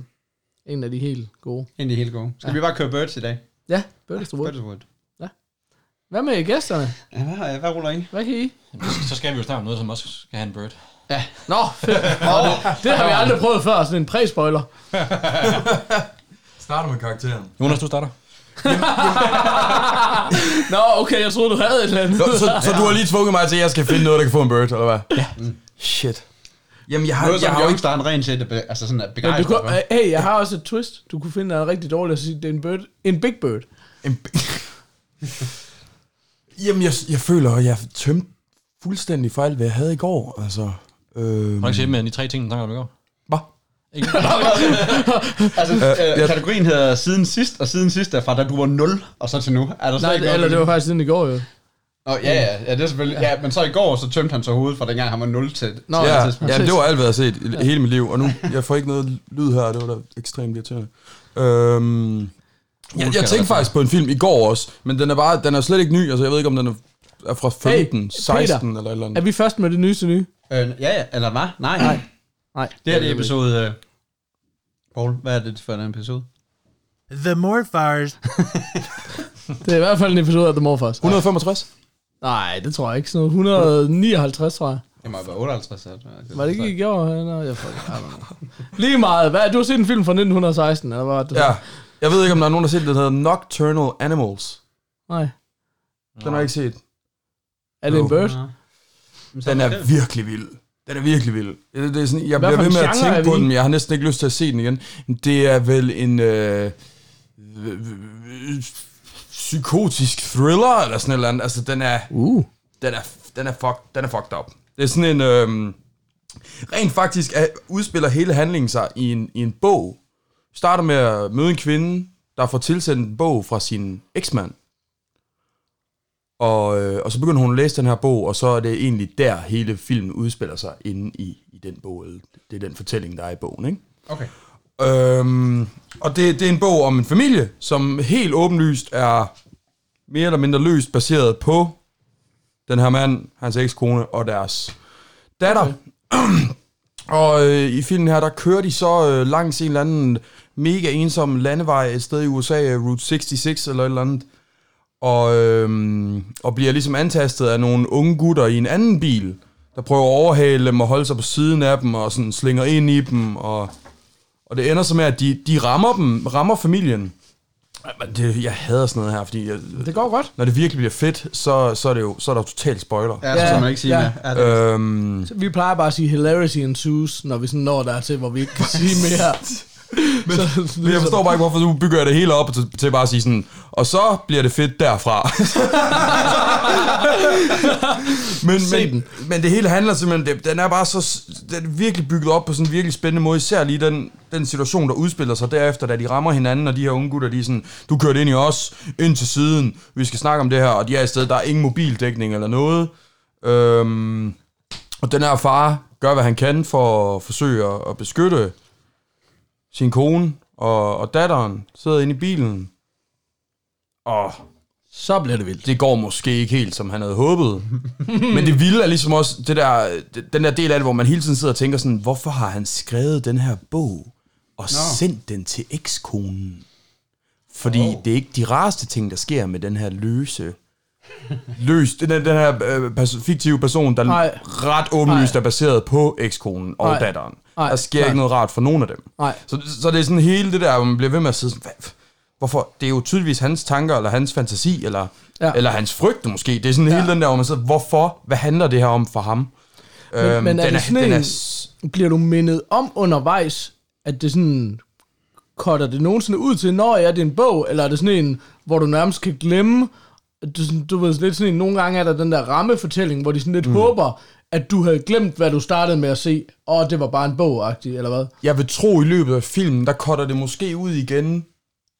D: en af de helt gode.
B: en af de helt gode. Skal ja. vi bare køre Birds i dag?
D: Ja, Birdies the Wood.
B: Birds
D: Hvad med gæsterne?
B: Ja, hvad, hvad ruller I?
D: Hvad kan I?
E: Så skal vi jo snakke om noget, som også skal have en bird.
D: Nå, fedt. Nå, det, det har vi aldrig prøvet før, sådan en præspoiler.
G: Starter med karakteren.
E: Jonas, du starter.
D: Nå, okay, jeg troede, du havde et eller andet.
A: Nå, så, så du har lige tvunget mig til, at jeg skal finde noget, der kan få en bird, eller hvad? Ja. Shit.
G: Jamen, jeg har,
B: Noget,
G: jeg
B: som
G: har jo ikke...
B: Youngster han rent set er be- altså sådan er
D: Men du
B: begejstret
D: kunne,
B: for.
D: hey, jeg har også et twist. Du kunne finde noget rigtig dårligt at sige, det er en, bird, en big bird.
A: En b- Jamen, jeg, jeg føler, at jeg tømte fuldstændig for alt, hvad jeg havde i går. Altså, øh,
E: Må jeg ikke sige med de tre ting, du snakker om i går?
A: Hvad?
E: Ikke?
B: Altså, øh,
A: jeg-
B: kategorien hedder siden sidst, og siden sidst er fra, da du var 0, og så til nu. Er der slet
D: Nej,
B: ikke
D: det,
B: noget-
D: eller det var faktisk siden i går jo.
B: Nå, ja, ja, ja, det er selvfølgelig. Ja, men så i går, så tømte han så hovedet fra dengang, han var 0 til.
D: Nå,
A: ja,
D: ja.
A: ja, det var alt, hvad jeg har set i hele mit liv, og nu jeg får ikke noget lyd her, det var da ekstremt irriterende. Øhm, jeg, jeg tænkte faktisk på en film i går også, men den er, bare, den er slet ikke ny, altså jeg ved ikke, om den er, er fra 15, hey,
D: Peter.
A: 16 eller et eller
D: Er
A: andet.
D: vi først med det nyeste nye?
B: Øh, ja, ja, eller hvad? Nej, nej.
D: Nej.
B: Det her det er episode... Øh, Paul, hvad er det for en episode?
F: The Morphars.
D: Det er i hvert fald en episode af The Morphers.
A: 165?
D: Nej, det tror jeg ikke. Sådan noget 159, tror jeg.
B: Det må være 58. eller-
D: Var det ikke i går? Nå, jeg får I don't know. Lige meget. Hvad? Du har set en film fra 1916, eller hvad? var det?
A: Ja. Jeg ved ikke, om der er nogen, der har set den, der hedder Nocturnal Animals.
D: Nej.
A: Den har jeg ikke set.
D: Er det en
A: Jo.
D: bird?
B: så
A: Den
B: det-
A: er virkelig vild. Den er virkelig vild. Det, det er sådan, jeg
D: Hvad
A: bliver
D: for
A: ved
D: en
A: med at
D: genre er
A: tænke
D: vi
A: på
D: i?
A: den, men jeg har næsten ikke lyst til at se den igen. Det er vel en... Øh, psykotisk thriller, eller sådan et eller andet. Altså, den er...
D: Uh.
A: den er, den er, fuck, den er fucked up. Det er sådan en... Øhm, rent faktisk er, udspiller hele handlingen sig i en, i en bog. Starter med at møde en kvinde, der får tilsendt en bog fra sin eksmand. Og, øh, og så begynder hun at læse den her bog, og så er det egentlig der, hele filmen udspiller sig inde i, i den bog. Eller Det er den fortælling, der er i bogen, ikke?
B: Okay.
A: Øhm, og det, det er en bog om en familie, som helt åbenlyst er mere eller mindre løst baseret på den her mand, hans ekskone og deres datter. Okay. og øh, i filmen her, der kører de så øh, langs en eller anden mega ensom landevej et sted i USA, øh, Route 66 eller et eller andet, og, øh, og bliver ligesom antastet af nogle unge gutter i en anden bil, der prøver at overhale dem og holde sig på siden af dem og sådan slinger ind i dem og... Og det ender så med, at de, de rammer dem, rammer familien. Ej, men Det, jeg hader sådan noget her, fordi jeg,
D: Det går godt.
A: når det virkelig bliver fedt, så, så er det jo så er der jo totalt spoiler.
B: Ja, så
D: Ja,
B: skal man ikke sige
D: ja.
B: mere. Ja, det-
A: Øhm,
D: Så vi plejer bare at sige hilarity ensues, når vi sådan når der til, hvor vi ikke kan sige mere. Men, så,
A: men jeg forstår bare ikke, hvorfor du bygger jeg det hele op til, til bare at sige sådan, og så bliver det fedt derfra.
D: Se
A: men, men,
D: den.
A: men det hele handler simpelthen, det, den er bare så, s- den er virkelig bygget op på sådan en virkelig spændende måde, især lige den, den situation, der udspiller sig derefter, da de rammer hinanden, og de her unge gutter, de er sådan, du kørte ind i os, ind til siden, vi skal snakke om det her, og de er i stedet, der er ingen mobildækning eller noget. Øhm, og den her far gør, hvad han kan for at forsøge at, at beskytte sin kone og, og datteren, sidder inde i bilen. Og
D: så bliver det vildt.
A: det går måske ikke helt, som han havde håbet. Men det vilde er ligesom også det der, det- den der del af det, hvor man hele tiden sidder og tænker sådan, hvorfor har han skrevet den her bog og no. sendt den til ekskonen? Fordi oh. det er ikke de rareste ting, der sker med den her løse løst, den, den her øh, pers- fiktive person, der
D: Nej.
A: Nej. ret åbenlyst er baseret på ekskonen og
D: Nej.
A: datteren.
D: Nej,
A: Der sker
D: nej.
A: ikke noget rart for nogen af dem.
D: Nej.
A: Så, så det er sådan hele det der, hvor man bliver ved med at sidde sådan, hvad, hvorfor? Det er jo tydeligvis hans tanker, eller hans fantasi, eller,
D: Ja.
A: ja. eller hans frygt måske. Det er sådan ja. hele den der, hvor man sidder, hvorfor? Hvad handler det her om for ham? Men,
D: men er
A: den
D: det sådan
A: den
D: en-
A: er, s-
D: bliver du mindet om undervejs, at det sådan cutter det nogensinde ud til, når jeg er det en bog, eller er det sådan en, hvor du nærmest kan glemme, at du, sådan- du ved, lidt sådan en, nogle gange er der den der rammefortælling, hvor de sådan lidt mm. håber, at du havde glemt, hvad du startede med at se, og det var bare en bog eller hvad?
A: jeg vil tro, i løbet af filmen, der cutter det måske ud igen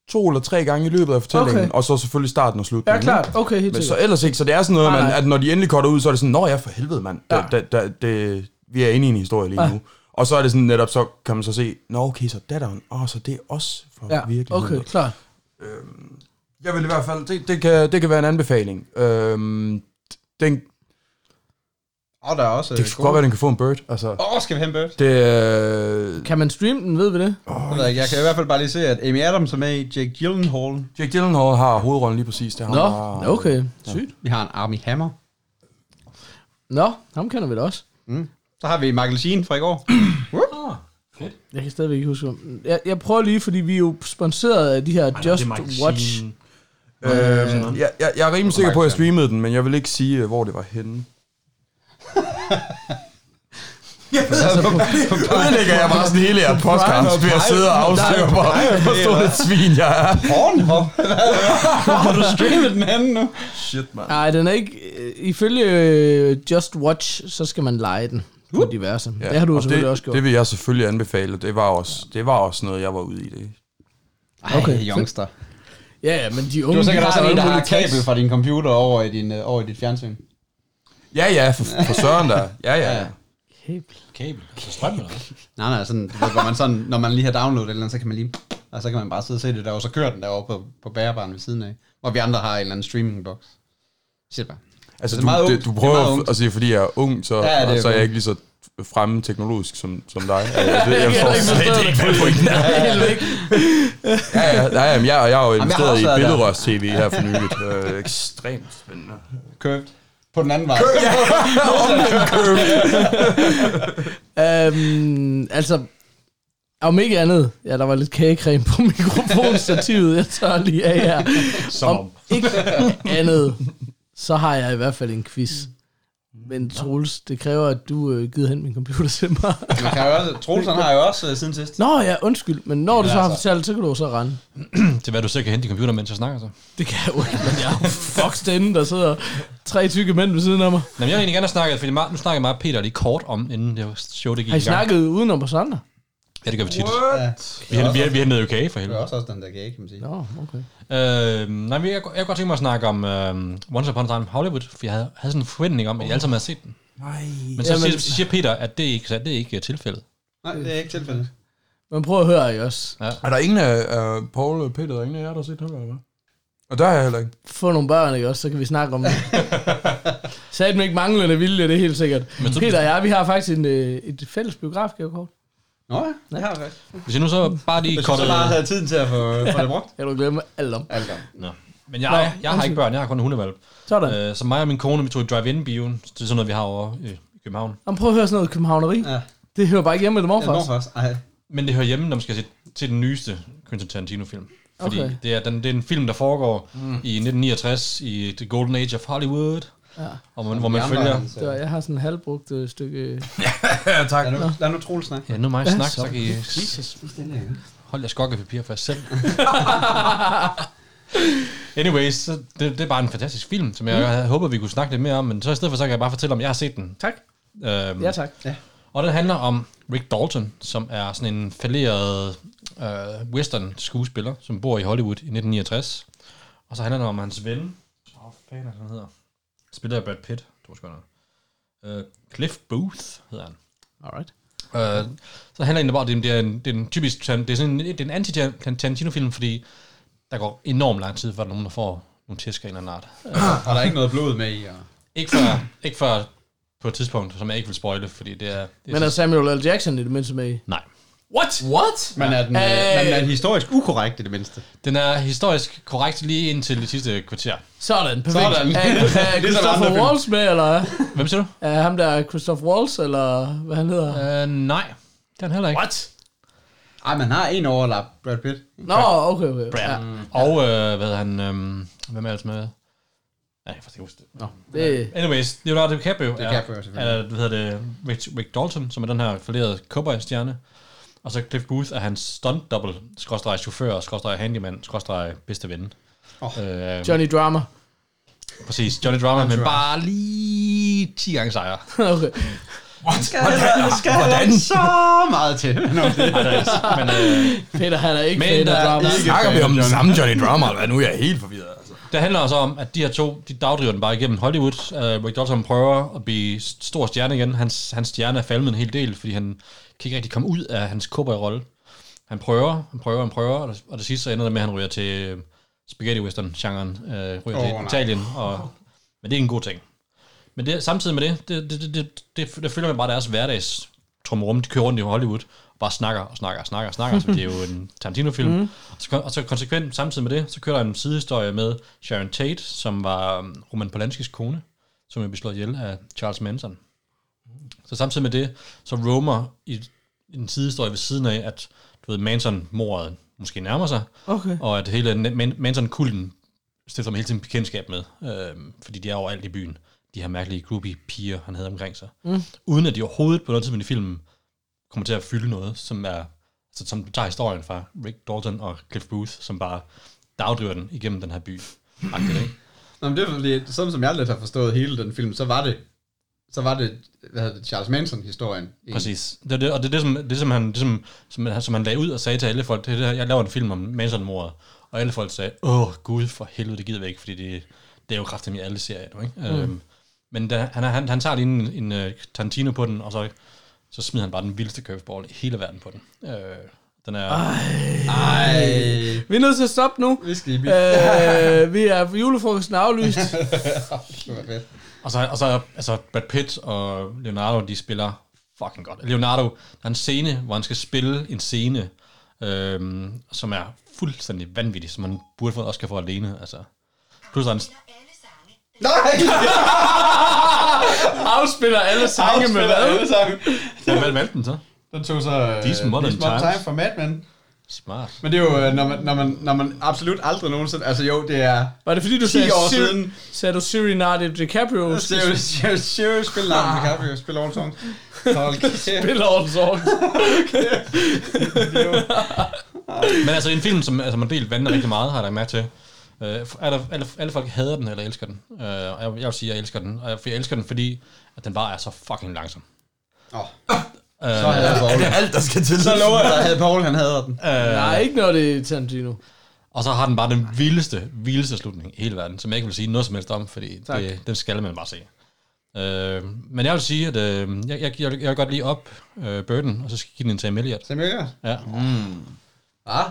A: to eller tre gange i løbet af fortællingen,
D: Okay.
A: og så selvfølgelig starten og
D: Ja,
A: slutningen. ikke?
D: klart. Okay, helt
A: Men så
D: sikkert.
A: ellers ikke, så det er sådan noget,
D: Nej,
A: man,
D: nej.
A: at når de endelig korter ud, så er det sådan, nå ja, for helvede mand, da,
D: Ja.
A: da, da, det, vi er inde i en historie lige
D: Ja.
A: nu. Og så er det sådan netop, så kan man så se, nå okay, så datteren, åh, så det er os for ja,
D: Ja,
A: virkeligheden.
D: okay, klart.
A: Jeg vil i hvert fald, det, det, kan, det kan være en anbefaling. Øhm, den,
B: Og der er også...
A: det
B: øh,
A: skulle
B: gode-
A: godt være, den kan få en bird, altså.
B: Åh, skal vi have en bird?
A: Det, øh,
D: Kan man streame den, ved vi det?
B: Jeg, ved ikke, jeg kan i hvert fald bare lige se, at Amy Adams er med i Jake Gyllenhaal.
A: Jack Gyllenhaal har hovedrollen lige præcis, det er ham,
D: Nå,
A: der har-
D: okay. Sygt.
B: Vi har en Army Hammer.
D: Nå, ham kender vi da også.
B: Så har vi Michael Sheen fra i går.
D: Jeg kan stadigvæk ikke huske, hvem- jeg, jeg prøver lige, fordi vi er jo sponsoreret af de her
E: nej,
D: Just
E: det er Michael
D: Watch.
E: Sheen.
A: Øhm, jeg, jeg, jeg er rimelig sikker på, at jeg streamede den, men jeg vil ikke sige, øh, hvor det var henne. Ødelægger jeg bare sådan hele jeres podcast ved at sidde og afsløre, hvor hvor stor et svin jeg er.
B: Pornhub? Hvor har du streamet den anden nu?
A: Shit, mand.
D: Nej, den er ikke... øh, Ifølge øh, Just Watch, så skal man lege den på diverse. Ja, det har du jo
A: og
D: selvfølgelig
A: det,
D: også gjort.
A: Det vil jeg selvfølgelig anbefale. Det var også, det var også noget, jeg var ude i det.
B: Ej,
D: Okay.
B: youngster.
D: ja, ja, men de
B: Du
D: unge,
B: er sikkert
D: de
B: også
D: har
B: en,
D: alle
B: der har
D: mulige
B: kabel
D: tricks.
B: fra din computer over i, din, øh, over i dit fjernsyn.
A: Ja, ja, for, for søren der. Ja, ja, ja.
D: Kabel.
E: Kabel, altså strøm eller hvad?
B: Nej, nej, sådan, du ved, hvor man sådan, når man lige har downloadet et eller andet, så kan man lige, og så kan man bare sidde og se det der, og så kører den derovre på, på bærbaren ved siden af. Hvor vi andre har en eller anden streamingbox. Siger det bare.
A: Altså,
B: Det er meget
A: du,
B: ungt.
A: det, du
B: Det er
A: prøver
B: meget
A: det
B: ungt.
A: at sige, fordi jeg er ung, så,
B: Ja, det er
A: ja, så er
B: jo-
A: jeg ikke lige så fremme teknologisk som, som dig. Jeg, jeg, jeg, jeg
D: Jeg
A: forstår
D: har ikke
A: slet
D: forstået
A: ikke, hvad
D: det.
A: pointen er.
D: Helt væk.
A: Ja, ja, nej, jamen, jeg, jeg har jo
B: jeg har
A: investeret
B: også
A: i
B: været der.
A: Billedrørs TV her for nyligt. Øh, ekstremt spændende.
B: Curved. På den anden vej. Curved, ja.
D: Øhm, altså, om ikke andet, ja, der var lidt kagecreme på mikrofonstativet, jeg tør lige af her.
E: Som om.
D: Ikke andet, så har jeg i hvert fald en quiz. Men Troels, det kræver, at du øh, gider hen min computer til mig.
B: Man kan jo også, Troels, han har jo også øh, siden sidst.
D: Nå ja, undskyld, men når du så har
B: altså-
D: fortalt, så kan du jo så rende.
E: Til hvad du selv kan hente i computer, mens jeg snakker så.
D: Det kan jeg jo ikke, men jeg er jo fucks derinde, der sidder tre tykke mænd ved siden af mig.
E: Nå, men jeg vil egentlig gerne have snakket, fordi meget- nu snakker jeg meget Peter lige kort om, inden det show, det gik
D: Har I
E: i gang.
D: snakket udenom på andre?
E: Ja, det gør vi tit.
B: Ja.
E: Vi hentede, vi, hentede- vi hentede UK for
B: Det er
E: helvede.
B: også også den der gage, kan man sige.
D: Nå, okay.
E: Øh, nej, men jeg, jeg kunne godt tænke mig at snakke om øh, Once Upon a Time in Hollywood, for jeg havde, havde sådan en forventning om, at I alle sammen havde set den.
A: Nej.
E: Men så,
D: Jamen-
E: siger, så siger Peter, at det er ikke, det er ikke øh, tilfældet.
B: Nej, det er ikke tilfældet.
D: Men prøv at høre, I også.
A: Er der ingen af uh, Paul og Peter, der er ingen af jer, der har set Hunger, eller hvad? Og der er jeg heller ikke.
D: Få nogle børn, ikke også? Så kan vi snakke om det. Sagde dem ikke manglende vilje, det er helt sikkert.
E: Men så-
D: Peter og jeg, vi har faktisk en, øh, et fælles biografgavekort.
B: Nå ja, det har jeg faktisk.
E: Hvis jeg nu så bare lige
B: Hvis du
E: kort...
B: så bare havde tiden til at få, få det brugt.
D: Jeg vil glemme alt om.
B: Alt godt.
E: Nå. Men jeg, jeg, jeg har ikke børn, jeg har kun en hundevalp.
D: Sådan. Øh.
E: Øh, så mig og min kone, vi tog i drive-in-bioen. Så det er sådan noget, vi har over i København.
D: Jamen, prøv at høre sådan noget københavneri. Ja.
B: Ja,
D: Det hører bare ikke hjemme med dem
B: det
D: overfor
B: er
D: os.
B: morfars. Ej,
E: Men det hører hjemme, når man skal se til den nyeste Quentin Tarantino-film. Fordi
D: Okay.
E: okay. det, er, den, det er en film, der foregår mm. i 1969 i The Golden Age of Hollywood. Ja. Og man, hvor man
B: andre
E: følger...
B: hans, øh,
D: Så jeg har sådan en halvbrugt øh, stykke...
A: Ja, tak.
B: Lad nu, lad nu Troels snakke.
E: Ja, nu er mig snak, så kan I
B: Stille.
E: holde jer skokkepapir for jer selv. Anyways, så det, det, er bare en fantastisk film, som jeg mm. havde håbet, vi kunne snakke lidt mere om. Men så i stedet for, så kan jeg bare fortælle om, jeg har set den.
D: Tak.
E: Øhm,
D: Ja, tak.
E: Og den handler om Rick Dalton, som er sådan en falderet øh, western skuespiller, som bor i Hollywood i 1969. Og så handler den om hans ven. Åh, oh, fanden er det, han hedder? Spiller af Brad Pitt, to sekunder. Øh, Cliff Booth hedder han.
D: Alright.
E: Øh, så handler det egentlig bare om, det det er en, det er en typisk, det er sådan en, det er en anti-Tarantino-film, fordi der går enormt lang tid, før der er nogen, der får nogle tæsker af en eller anden art.
B: Og der er ikke noget blod med i. Og...
E: Ikke før, ikke før på et tidspunkt, som jeg ikke vil spoile, fordi det er... Det er
D: Men altså, er Samuel L. Jackson i det mindste med i?
E: nej.
D: What? What?
B: Man er, den, øh, man er historisk ukorrekt i det mindste.
E: Den er historisk korrekt lige indtil det sidste kvarter.
D: Sådan, perfekt.
B: Sådan.
D: Er, er
B: Ligesom andre
D: Christopher
B: film.
D: Walls med, eller hvad?
E: Hvem siger du?
D: er ham der Christopher Walls, eller hvad han hedder?
E: Uh, nej, det er den heller ikke.
D: What?
B: Ej, man har en overlap, Brad Pitt.
D: Nå, okay, okay. Ja,
E: Brad. Og øh, hvad er han... Øh, hvem er altså med? Nej, jeg forstår ikke. huske det.
D: det,
E: Anyways, Leonardo DiCaprio, er,
B: DiCaprio, selvfølgelig.
E: er, hvad hedder det, Rick, Rick Dalton, som er den her falderede cowboy-stjerne. Og så Cliff Booth er hans stunt double, skråstrej chauffør, skråstrej handyman, skråstrej bedste ven.
B: Åh.
E: Oh. Øh,
D: Johnny Drama.
E: præcis, Johnny Drama, men bare lige 10 gange sejre.
D: okay.
B: Skal der skal Hvordan? så meget til. Nå, det
E: Ej, der er altså- men, øh,
D: Peter, han er ikke
E: Men
D: fan af
E: der er
D: drama.
B: ikke
A: Snakker vi om den
B: Johnny.
A: samme Johnny Drama, eller hvad? Nu er jeg helt forvirret, altså.
E: Det handler så om, at de her to, de dagdriver den bare igennem Hollywood. Uh, Rick Dalton prøver at blive st- stor stjerne igen. Hans, hans stjerne er faldet en hel del, fordi han kan ikke rigtig komme ud af hans cowboy-rolle. Han prøver, han prøver, han prøver, og, det- og det sidste så ender det med, at han ryger til øh, spaghetti western-genren, øh, ryger oh,
B: Åh,
E: til
B: nej.
E: Italien, og, men det er en god ting. Men det, samtidig med det, det, det, det, det, det, det følger man bare deres hverdags trumrum, de kører rundt i Hollywood, og bare snakker og snakker og snakker og snakker, så det er jo en Tarantino-film. Mm. Og, så, kon- og så konsekvent samtidig med det, så kører der en sidehistorie med Sharon Tate, som var um, Roman Polanskis kone, som er beslået ihjel af Charles Manson. Så samtidig med det, så roamer i i en sidehistorie ved siden af, at du ved, Manson-mordet måske nærmer sig,
D: Okay.
E: og at hele Na- Man- Manson-kulten stifter man hele tiden bekendtskab med, øh, fordi de er overalt i byen. De her mærkelige groupie-piger, han havde omkring sig. Mm. Uden at de overhovedet på noget tidspunkt i filmen kommer til at fylde noget, som er altså, som tager historien fra Rick Dalton og Cliff Booth, som bare dagdriver den igennem den her by. Agtigt, ikke?
B: Nå, men det er fordi, sådan som jeg lidt har forstået hele den film, så var det, så var det, hvad hedder det, Charles Manson-historien. egentlig.
E: Præcis. Det er det, og det er det, som, det, som, han, det som, som, han, som han lagde ud og sagde til alle folk, det er det, her, jeg laver en film om Manson-mordet, og alle folk sagde, åh gud, for helvede, det gider vi ikke, fordi det, det er jo kraftigt i alle serier, nu, ikke? Mm. Øhm, men da, han, han, han tager lige en, en uh, Tarantino på den, og så, så smider han bare den vildeste curveball i hele verden på den. Øh, den er... Ah.
B: Ej,
D: Vi er nødt til at stoppe nu.
B: vi skal i bil.
D: Øh, vi er julefrokosten aflyst.
B: Det var fedt.
E: Og så, og så altså, Brad Pitt og Leonardo, de spiller fucking godt. Leonardo, der er en scene, hvor han skal spille en scene, øhm, som er fuldstændig vanvittig, som han burde få også kan få alene. Altså. Plus, der er en,
B: Nej!
D: Afspiller alle sange med hvad?
B: Alle sange.
E: hvad valgte den så?
B: Den tog så... øh,
E: These Modern
B: These Modern
E: Times.
B: Time fra Mad Men.
E: Smart.
B: Men det er jo, øh, når man, når man, når man absolut aldrig nogensinde... Altså jo, det er...
D: Var det fordi, du
B: 10
D: sagde,
B: år
D: Siri-
B: siden.
D: sagde du Siri Nardi DiCaprio?
B: Serious, serious, serious spil navn med Caprio, spil all songs. Hold kæft.
D: Spiller all songs.
E: Men altså, det er en film, som altså, man delt vandene rigtig meget, har jeg lagt mærke til. Øh, for- alle, alle, alle folk hader den, eller elsker den. Øh, og jeg, jeg vil sige, at jeg elsker den. Og jeg, for jeg elsker den, fordi at den bare er så fucking langsom.
B: Åh.
E: Øh,
B: Så altså- havde jeg
A: Er det
B: Paul.
A: alt, der skal til?
B: Så lover jeg dig, at Paul han hader den.
D: Nej, ikke når det er Tarantino.
E: og så har den bare den vildeste, vildeste slutning i hele verden, som jeg ikke vil sige noget som helst om, fordi det, den skal man bare se. Øh, men jeg vil sige, at øh, jeg, jeg, jeg, vil- jeg vil godt lige op øh, Burden, og så skal jeg give den en til Elliot.
B: Sam Elliott.
E: Ja.
B: Ah,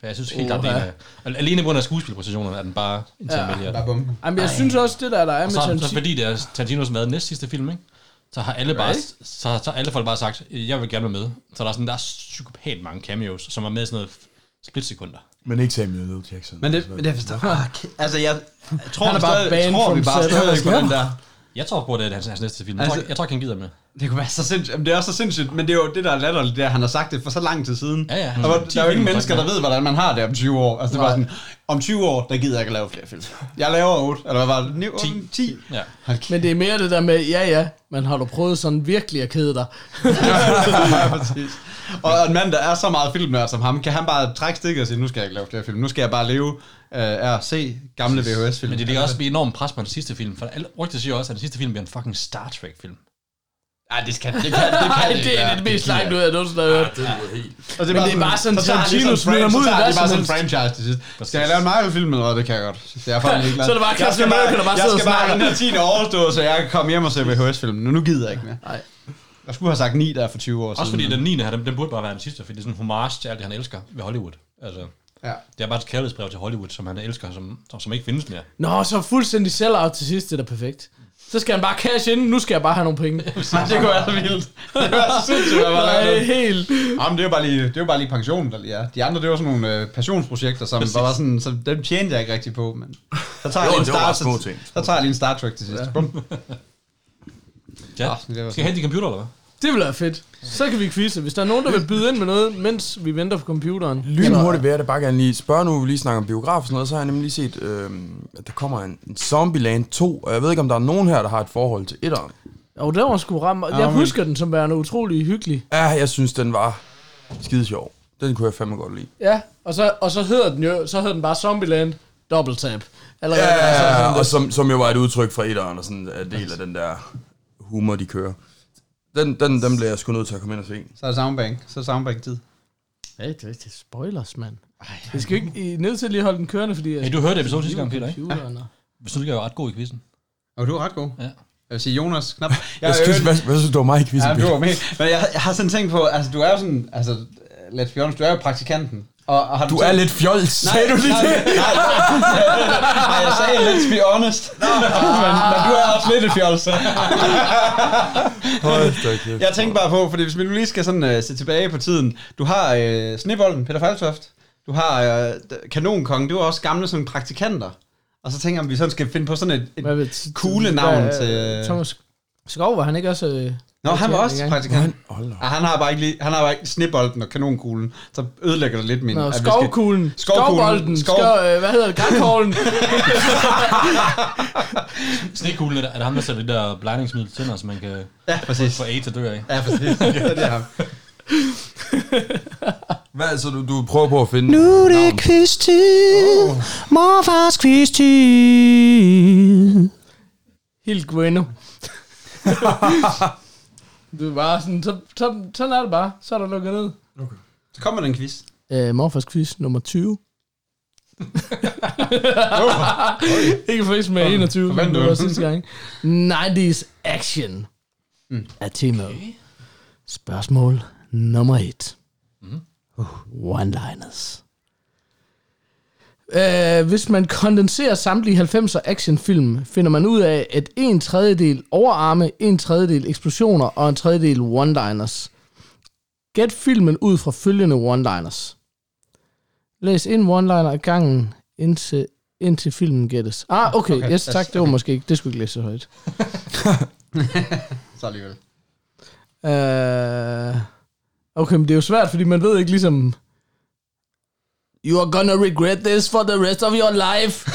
E: For jeg synes helt klart,
D: Uha.
E: det er en af- alene på grund af skuespilpræcisionerne er den bare en til Elliot.
B: der er bum.
D: Jamen, jeg synes også, det der, der er
E: Og
D: med
E: så, så
D: Tarantino...
E: fordi det er Tarantino, som været næst sidste film, ikke? Så har alle bare, så, har- så har alle folk bare sagt, jeg vil gerne være med. Så der er sådan, der er psykopat mange cameos, som er med i sådan noget splitsekunder.
A: Men ikke Samuel L. Jackson.
B: Men det, men det forstår jeg. Altså, jeg, jeg tror,
D: Han er
B: vi
D: bare
B: stadig-
D: banned
B: tror vi
D: from
B: bare
D: set.
B: stadig på den der.
E: Jeg tror på, det er hans, hans næste film. Jeg, tror,
B: Altså-
E: ikke- jeg tror ikke, han gider med.
B: Det kunne være så sindssygt. Jamen, det er også så sindssygt, men det er jo det, der er latterligt, det er, at han har sagt det for så lang tid siden.
E: Ja, ja.
B: Der, var, der er jo ingen
E: Mm.
B: mennesker, der ved, hvordan man har det om 20 år. Altså, det var
D: Nej.
B: sådan, om 20 år, der gider jeg ikke at lave flere film. Jeg laver 8, eller hvad var det? 9, 10. 10.
E: Ja.
D: Men det er mere det der med, ja ja, men har du prøvet sådan virkelig at kede dig?
B: ja, præcis. Og en mand, der er så meget filmnørd som ham, kan han bare trække stikket og sige, nu skal jeg ikke lave flere film, nu skal jeg bare leve øh, af at se gamle VHS-film.
E: Men det ligger også blive enormt pres på den sidste film, for alle rygter siger også, at den sidste film bliver en fucking Star Trek-film.
B: Nej, det kan det kan, det kan
D: Nej,
B: ikke
D: det er
B: være.
D: det mest langt ud af noget, der hørt.
B: Og det
D: Men det er bare sådan,
B: så tager de
D: Tarantino
B: sådan en
D: smider
B: fran-
D: dem ud
B: så
D: i
B: tager
D: hvad
B: de bare
D: som
B: sådan en franchise til sidst. Skal jeg lave en Marvel-film eller hvad? Det kan jeg godt. Det er jeg faktisk ikke
D: Så er det bare Captain America, der bare
B: Jeg
D: sidder
B: skal
D: og
B: bare
D: snakker.
B: den her 10. overstået, så jeg kan komme hjem og se VHS-filmen. Nu, nu gider jeg ikke mere.
D: Nej.
B: Jeg skulle have sagt 9 der for 20 år siden.
E: Også fordi den 9. her, den, den burde bare være den sidste, fordi det er sådan en homage til alt det, han elsker ved Hollywood. Altså,
B: Ja.
E: det er bare et kærlighedsbrev til Hollywood, som han elsker, som, som, som ikke findes mere.
D: Nå, så fuldstændig sell-out til sidst, det er da perfekt. Så skal han bare cash ind, nu skal jeg bare have nogle penge.
B: Nej, det kunne være så vildt. Det kunne være så sindssygt, at man bare
D: Nej,
B: lavede det.
D: helt.
B: Jamen, det var bare lige, det var bare lige pensionen, der lige er. De andre, det var sådan nogle øh, passionsprojekter, som var sådan, så dem tjente jeg ikke rigtig på, men så tager jeg
A: Jo,
B: lige en
A: det var
B: Star,
A: bare
B: så,
A: små ting.
B: så tager jeg lige en Star Trek til sidst. Ja. Bum.
E: Ja.
B: Ah, det var
E: Skal jeg hente din computer, eller hvad?
D: Det ville være fedt. Så kan vi quizze. Hvis der er nogen, der vil byde ind med noget, mens vi venter på computeren.
A: Lynhurtigt vil jeg da bare gerne lige spørge nu, vi lige snakker om biograf og sådan noget, så har jeg nemlig lige set, øh, at der kommer en, en Zombieland 2, og jeg ved ikke, om der er nogen her, der har et forhold til etteren.
D: Og der var sgu ramme. Jeg husker den som værende utrolig hyggelig.
A: Ja, jeg synes, den var skide sjov. Den kunne jeg fandme godt lide.
D: Ja, og så, og så hedder den jo, så hedder den bare Zombieland Double Tap. Allerede der, så er det sådan
A: Ja,
D: lidt-
A: og som, som jo var et udtryk fra etteren, og sådan en del af den der humor, de kører. Den, den, den bliver jeg sgu nødt til at komme ind og se.
B: Så er det soundbank. Så er det soundbank-tid.
D: Ja, det er rigtigt. Spoilers, mand. Jeg skal ikke I er nødt til lige at holde den kørende, fordi...
E: Hey, du hørte episoden sidste gang, Peter, ikke?
D: Computeren, og-
E: Jeg synes, jeg var ret god i quizzen.
B: Og du er ret god.
E: Ja.
B: Jeg vil sige, Jonas, knap. Jeg,
A: Jeg
B: er
A: synes,
B: øvrigt-
A: hvad, hvad synes du om mig i quizzen?
B: Ja,
A: Ja,
B: du var med. Men jeg, jeg har sådan tænkt på, altså du er jo sådan, altså, let's be honest, du er jo praktikanten. Og, og har
A: du er lidt fjols, sagde du lige
B: nej,
A: det?
B: Nej, nej, nej, jeg sagde let's be honest. men, men du er også lidt et fjols.
A: Hold da kæft.
B: Jeg tænkte bare på, fordi hvis vi nu lige skal sådan, øh, se tilbage på tiden. Du har øh, Snebolden, Peter Faltoft. Du har øh, d- Kanonkongen. Du er også gamle sådan praktikanter. Og så tænker jeg, om vi sådan skal finde på sådan et,
D: Hvad
B: et
D: ved, t-
B: kugle
D: t-
B: navn
D: hvad-
B: til- øh,
D: Thomas Skov, var han ikke også... øh,
B: Nå, han var også
D: engang?
B: praktikant.
A: Hold da.
B: Ah, han har bare ikke, lige, han har bare ikke snebolden og kanonkuglen, så ødelægger det lidt min...
D: Nå,
B: at vi skal-
D: skovkuglen,
B: Skovkuglen,
D: skovbolden,
B: skov-
D: skov, øh, hvad hedder det, grænkoglen.
E: Snekuglen, er det er det ham, der sætter det der blindingsmiddel til, når man kan
B: Ja, præcis.
E: få A til at dø af?
B: Ja, præcis. det er ham.
A: Hvad altså, du, du prøver på at finde...
G: Nu er det quiz-tid. Morfars quiz-tid.
D: Helt bueno. det er bare sådan, så, så, sådan er det bare. Så er der lukket ned.
B: Så kommer den quiz.
D: Øh, Morfars quiz nummer 20. Ikke faktisk med 21, men
B: forventer
D: det
B: du?
D: var sidste gang. 90's Action mm. er temaet. Okay. Spørgsmål nummer 1. Mm. Uh, one-liners. Uh, hvis man kondenserer samtlige 90'er actionfilm, finder man ud af, at en tredjedel overarme, en tredjedel eksplosioner og en tredjedel one-liners. Gæt filmen ud fra følgende one-liners. Læs en one-liner ad gangen, indtil, indtil filmen gættes. Ah, okay, okay yes, tak, det var måske ikke, det skulle ikke læse så højt.
B: Så alligevel.
D: Øh, Uh, okay, men det er jo svært, fordi man ved ikke ligesom... You are gonna regret this for the rest of your life.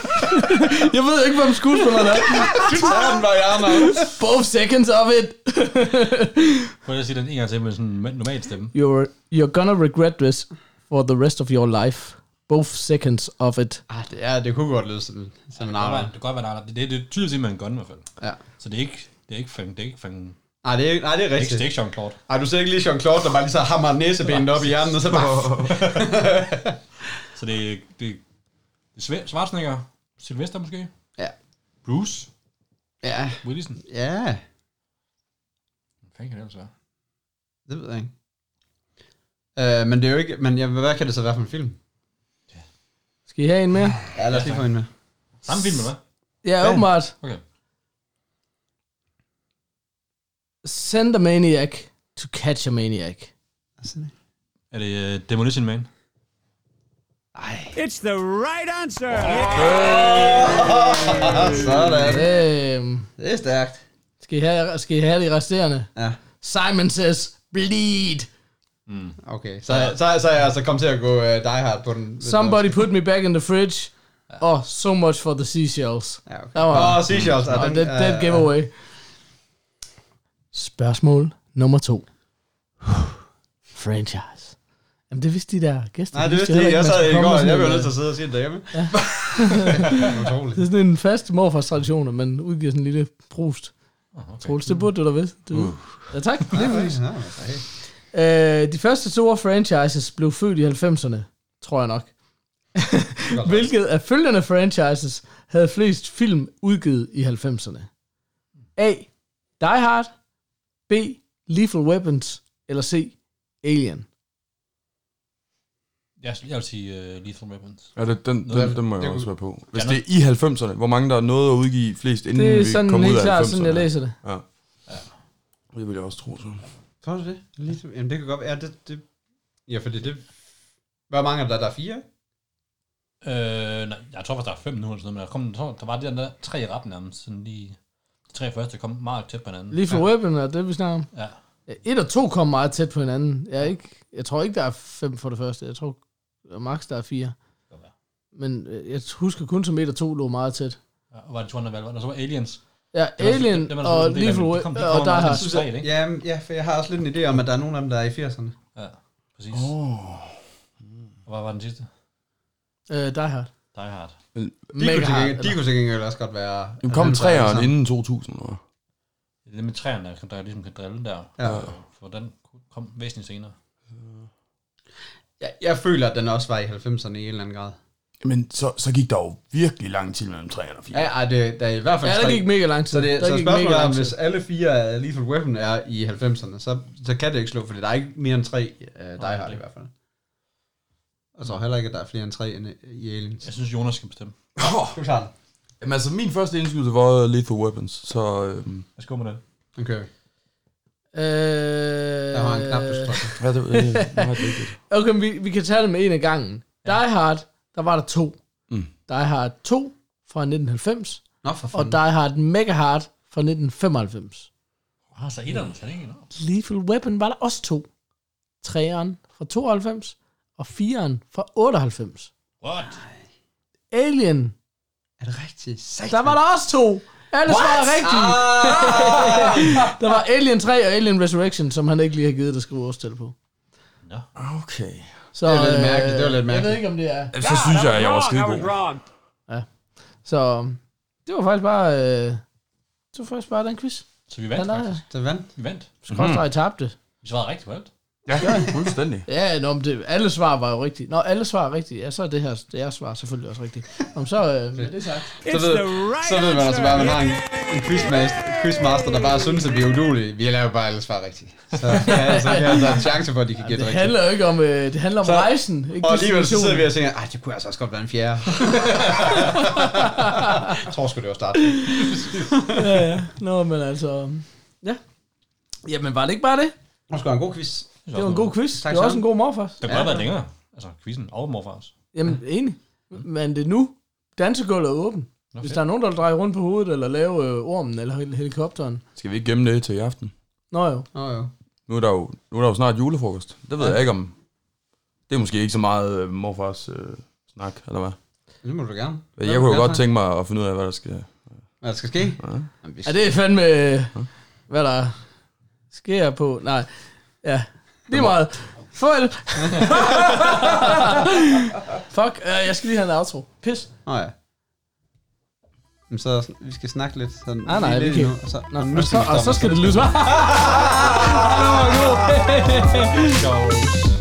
D: jeg ved ikke, hvem skuespilleren er.
B: Sådan var jeg, Magnus.
D: Both seconds of it.
E: Prøv lige at sige den en gang til med sådan en normal stemme.
D: You're, you're gonna regret this for the rest of your life. Both seconds of it.
B: Ah, det, er, det kunne godt lyde sådan, sådan en
E: Det kan
B: arbejde.
E: godt være- det kan godt være, der er- det, det, det er tydeligt, at man gør i hvert fald.
B: Ja.
E: Så det er ikke, det er ikke fang, det er ikke fang, det
B: Nej, Ah, det er, nej, det er
E: er ikke,
B: rigtigt.
E: det er ikke Jean-Claude.
B: Ej, du ser ikke lige Jean-Claude, der bare lige så hammer næsebenet op i hjernen, og så bare...
E: Så det er, det, er- det er Sve- Schwarzenegger, Sylvester måske,
B: Ja.
E: Bruce
B: Ja,
E: Willisen.
B: ja.
E: Hvad fanden kan det ellers være?
B: Det ved jeg ikke. Øh, men det er jo ikke... Men jeg, hvad kan det så være for en film?
D: Skal I have en mere?
B: Ja, lad os lige få en med.
E: Samme film, eller hvad?
D: Ja, åbenbart.
E: Okay.
D: Send a maniac to catch a maniac.
E: Er det uh, Demolition Man?
H: It's the right answer.
B: Sådan.
D: Øhm,
B: Det er stærkt.
D: skal, I have, skal I have de resterende?
B: Ja.
D: Simon says, bleed.
B: Okay, så, så, så er jeg altså kommet til at gå uh, die hard på den.
D: Somebody put me back in the fridge. Og oh, so much for the seashells.
B: Ja, okay.
D: Der var
B: Åh, oh, Seashells.
D: Nå,
B: øh, Ja,
D: that, that giveaway. Spørgsmål nummer to. Franchise. Jamen, det vidste de der gæster.
B: Nej,
D: De
B: det vidste jeg
D: heller
B: ikke. Jeg
D: man skulle
B: sad i
D: komme
B: går,
D: med
B: jeg
D: sådan
B: blev
D: en,
B: nødt til at sidde og sige det derhjemme. Ja. Utroligt.
D: Det er sådan en fast morfars tradition, at man udgiver sådan en lille prost. Okay. Troels, det burde du da ved. Du. Uh. Ja, tak. Lige præcis.
B: Ja, okay.
D: Øh, de første store franchises blev født i 90'erne, tror jeg nok. Hvilket af følgende franchises havde flest film udgivet i 90'erne? A. Die Hard. B. Lethal Weapons. Eller C. Alien.
E: Jeg, jeg vil sige uh, Lethal Weapons.
A: Ja, det, den, den, den må jeg også være på. Hvis
E: Ja,
A: det er i 90'erne, hvor mange der er nået at udgive flest, inden
D: Det er
A: Mm, vi
D: sådan
A: kom ud
D: helt
A: af
D: klart,
A: 90'erne.
D: sådan jeg læser det.
A: Ja. Det vil jeg også tro, så.
B: Tror du det? Ligesom, jamen, det kan godt være. Ja, det, det, ja, fordi det... Hvor mange er der? Der er fire?
E: Øh, nej, jeg tror faktisk, der er fem nu, eller sådan noget, men der, kom, jeg tror, der var de der, der tre i rap nærmest, sådan lige, de tre første kom meget tæt på hinanden.
D: Lethal ja. Weapon er det, vi snakker om.
E: Ja.
D: Ja, Et og to kom meget tæt på hinanden. Jeg, er ikke, jeg tror ikke, der er fem for det første. Jeg tror max, der er fire.
E: godt være.
D: Men øh, jeg husker kun som et og to lå meget tæt.
E: ja. Og var det Tuan Valver, og så var Aliens.
D: Ja,
E: Det var-
D: Alien
E: det- det var der
D: og
E: sådan en del af
D: Lethal
E: dem. De
D: Weapon
E: kom- de
D: og
E: kommer
D: der
E: meget
D: har...
E: tæt på tre, ikke?
B: Ja, ja, for jeg har også lidt en idé om, at der er nogle af dem, der er i 80'erne.
E: Ja, præcis. Oh. Og hvad var den sidste?
D: Øh, Die Hard.
E: Die Hard.
B: De kunne,
D: Mega
B: til
D: Hard.
B: gengæld, de kunne til gengæld også godt være...
A: Nu kom
B: altså,
A: træerne
B: sammen.
A: inden 2000, eller hvad?
E: Det er det med træerne, der, kan- der ligesom kan drille der. Øh,
B: Ja.
E: For den kom væsentligt senere.
B: Jeg, jeg føler, at den også var i 90'erne i en eller anden grad.
A: Men så, så gik der jo virkelig lang tid mellem 3 og 4.
B: Ja, ej, det, der er i hvert fald
D: Ja, der
B: tre.
D: gik mega lang tid.
B: Så, det,
D: der
B: så
D: gik
B: spørgsmålet er,
D: lang
B: om
D: tid.
B: hvis alle fire af Lethal Weapon er i 90'erne, så, så kan det ikke slå, fordi der er ikke mere end tre uh, Die Hard i hvert fald. Og så heller ikke, at der er flere end tre end øh, i Aliens.
E: Jeg synes, Jonas skal bestemme.
B: Du tager den.
A: Jamen altså, min første indskydelse var Lethal Weapons, så øhm,
E: Jeg skal med den.
B: Den kører vi.
D: Øh,
B: Der var en knap, du skal trykke.
A: ja, det, øh, meget vigtigt.
D: Okay, men vi, vi kan tage det med en af gangen. Ja. Die Hard, der var der to.
A: Mm.
D: Die Hard 2 fra 1990,
B: Nå, for
D: og
B: fanden.
D: Die Hard Mega Hard fra 1995.
E: Ah, så etteren, så er det ikke enormt.
D: Lethal Weapon var der også to. Træeren fra 92, og fireren fra 98.
E: What?
D: Alien,
B: Er det rigtigt? Satan.
D: der var der også to. Alle svarer rigtigt. der var Alien 3 og Alien Resurrection, som han ikke lige har givet, der skrive årstal på.
E: Nå.
A: Okay.
D: Så, øh,
B: Det var lidt mærkeligt, det var lidt
D: Jeg ved
B: mærkeligt.
D: ikke, om det er.
A: Jamen, så synes jeg, at jeg var skide
H: I was
A: god.
H: wrong.
D: Så um, det var faktisk bare... Øh, det var faktisk bare den quiz.
E: Så vi vandt
D: Han er-
E: faktisk.
B: Så vandt.
E: Vi vandt.
D: Skråstrej tabte.
E: Vi svarede rigtigt på alt.
A: Ja, fuldstændig.
D: Ja, nå, men det, alle svar var jo rigtige. Nå, alle svar er rigtige. Ja, så er det her det er svar selvfølgelig også rigtigt. Nå, men så øh, med det sagt.
H: It's
B: ved-
H: the right
B: Så ved man altså
H: answer.
B: bare, at man har en, en quizmaster, quizmaster, der bare synes, at vi er udulige. Vi laver bare alle svar rigtigt. Så, ja, altså, så kan der er en chance for, at de kan gætte
D: Det
B: rigtigt.
D: handler jo ikke om, øh, det handler om
B: Så-
D: rejsen. Ikke
B: Og alligevel så
D: destinationen.
B: sidder vi og tænker, at det kunne altså også godt være en fjerde. jeg tror sgu, det var start.
D: ja, ja. Nå, men altså... Ja. Jamen, var det ikke bare det?
B: Nu skal en god quiz.
E: synes
D: Det var
E: også,
D: en god quiz.
B: Tak
D: det var også
B: sammen.
D: en god morfar.
E: Det kunne godt have været længere. Altså, quizzen og morfars.
D: Jamen, enig. Men det er nu. Dansegulvet er åben. Hvis
E: fedt.
D: der er nogen, der vil dreje rundt på hovedet, eller lave øh, ormen, eller hel- helikopteren.
A: Skal vi ikke gemme det til i aften?
D: Nå jo.
B: Nå jo.
A: Nu er der jo, nu er der jo snart julefrokost. Det ved jeg ikke om. Det er måske ikke så meget øh, morfars øh, snak, eller hvad?
B: Det må du gerne.
A: Jeg kunne jo godt tænke mig at finde ud af, hvad der skal...
B: Hvad der skal ske? Ja. Jamen, vi
D: Ja, det er fandme, øh, hvad der sker på. Nej, ja, det er meget. Farvel. Fuck, øh, jeg skal lige have en outro. Pis.
B: Nå ja. Men så, vi skal snakke lidt. Sådan,
D: Ah, nej,
B: lige
D: vi
B: lidt
D: kan-
B: endnu, og så,
D: Nå,
B: nu
D: og,
B: skal
D: så,
B: vi
D: og så
B: stoppe.
D: skal det lyde så.
E: Ciao.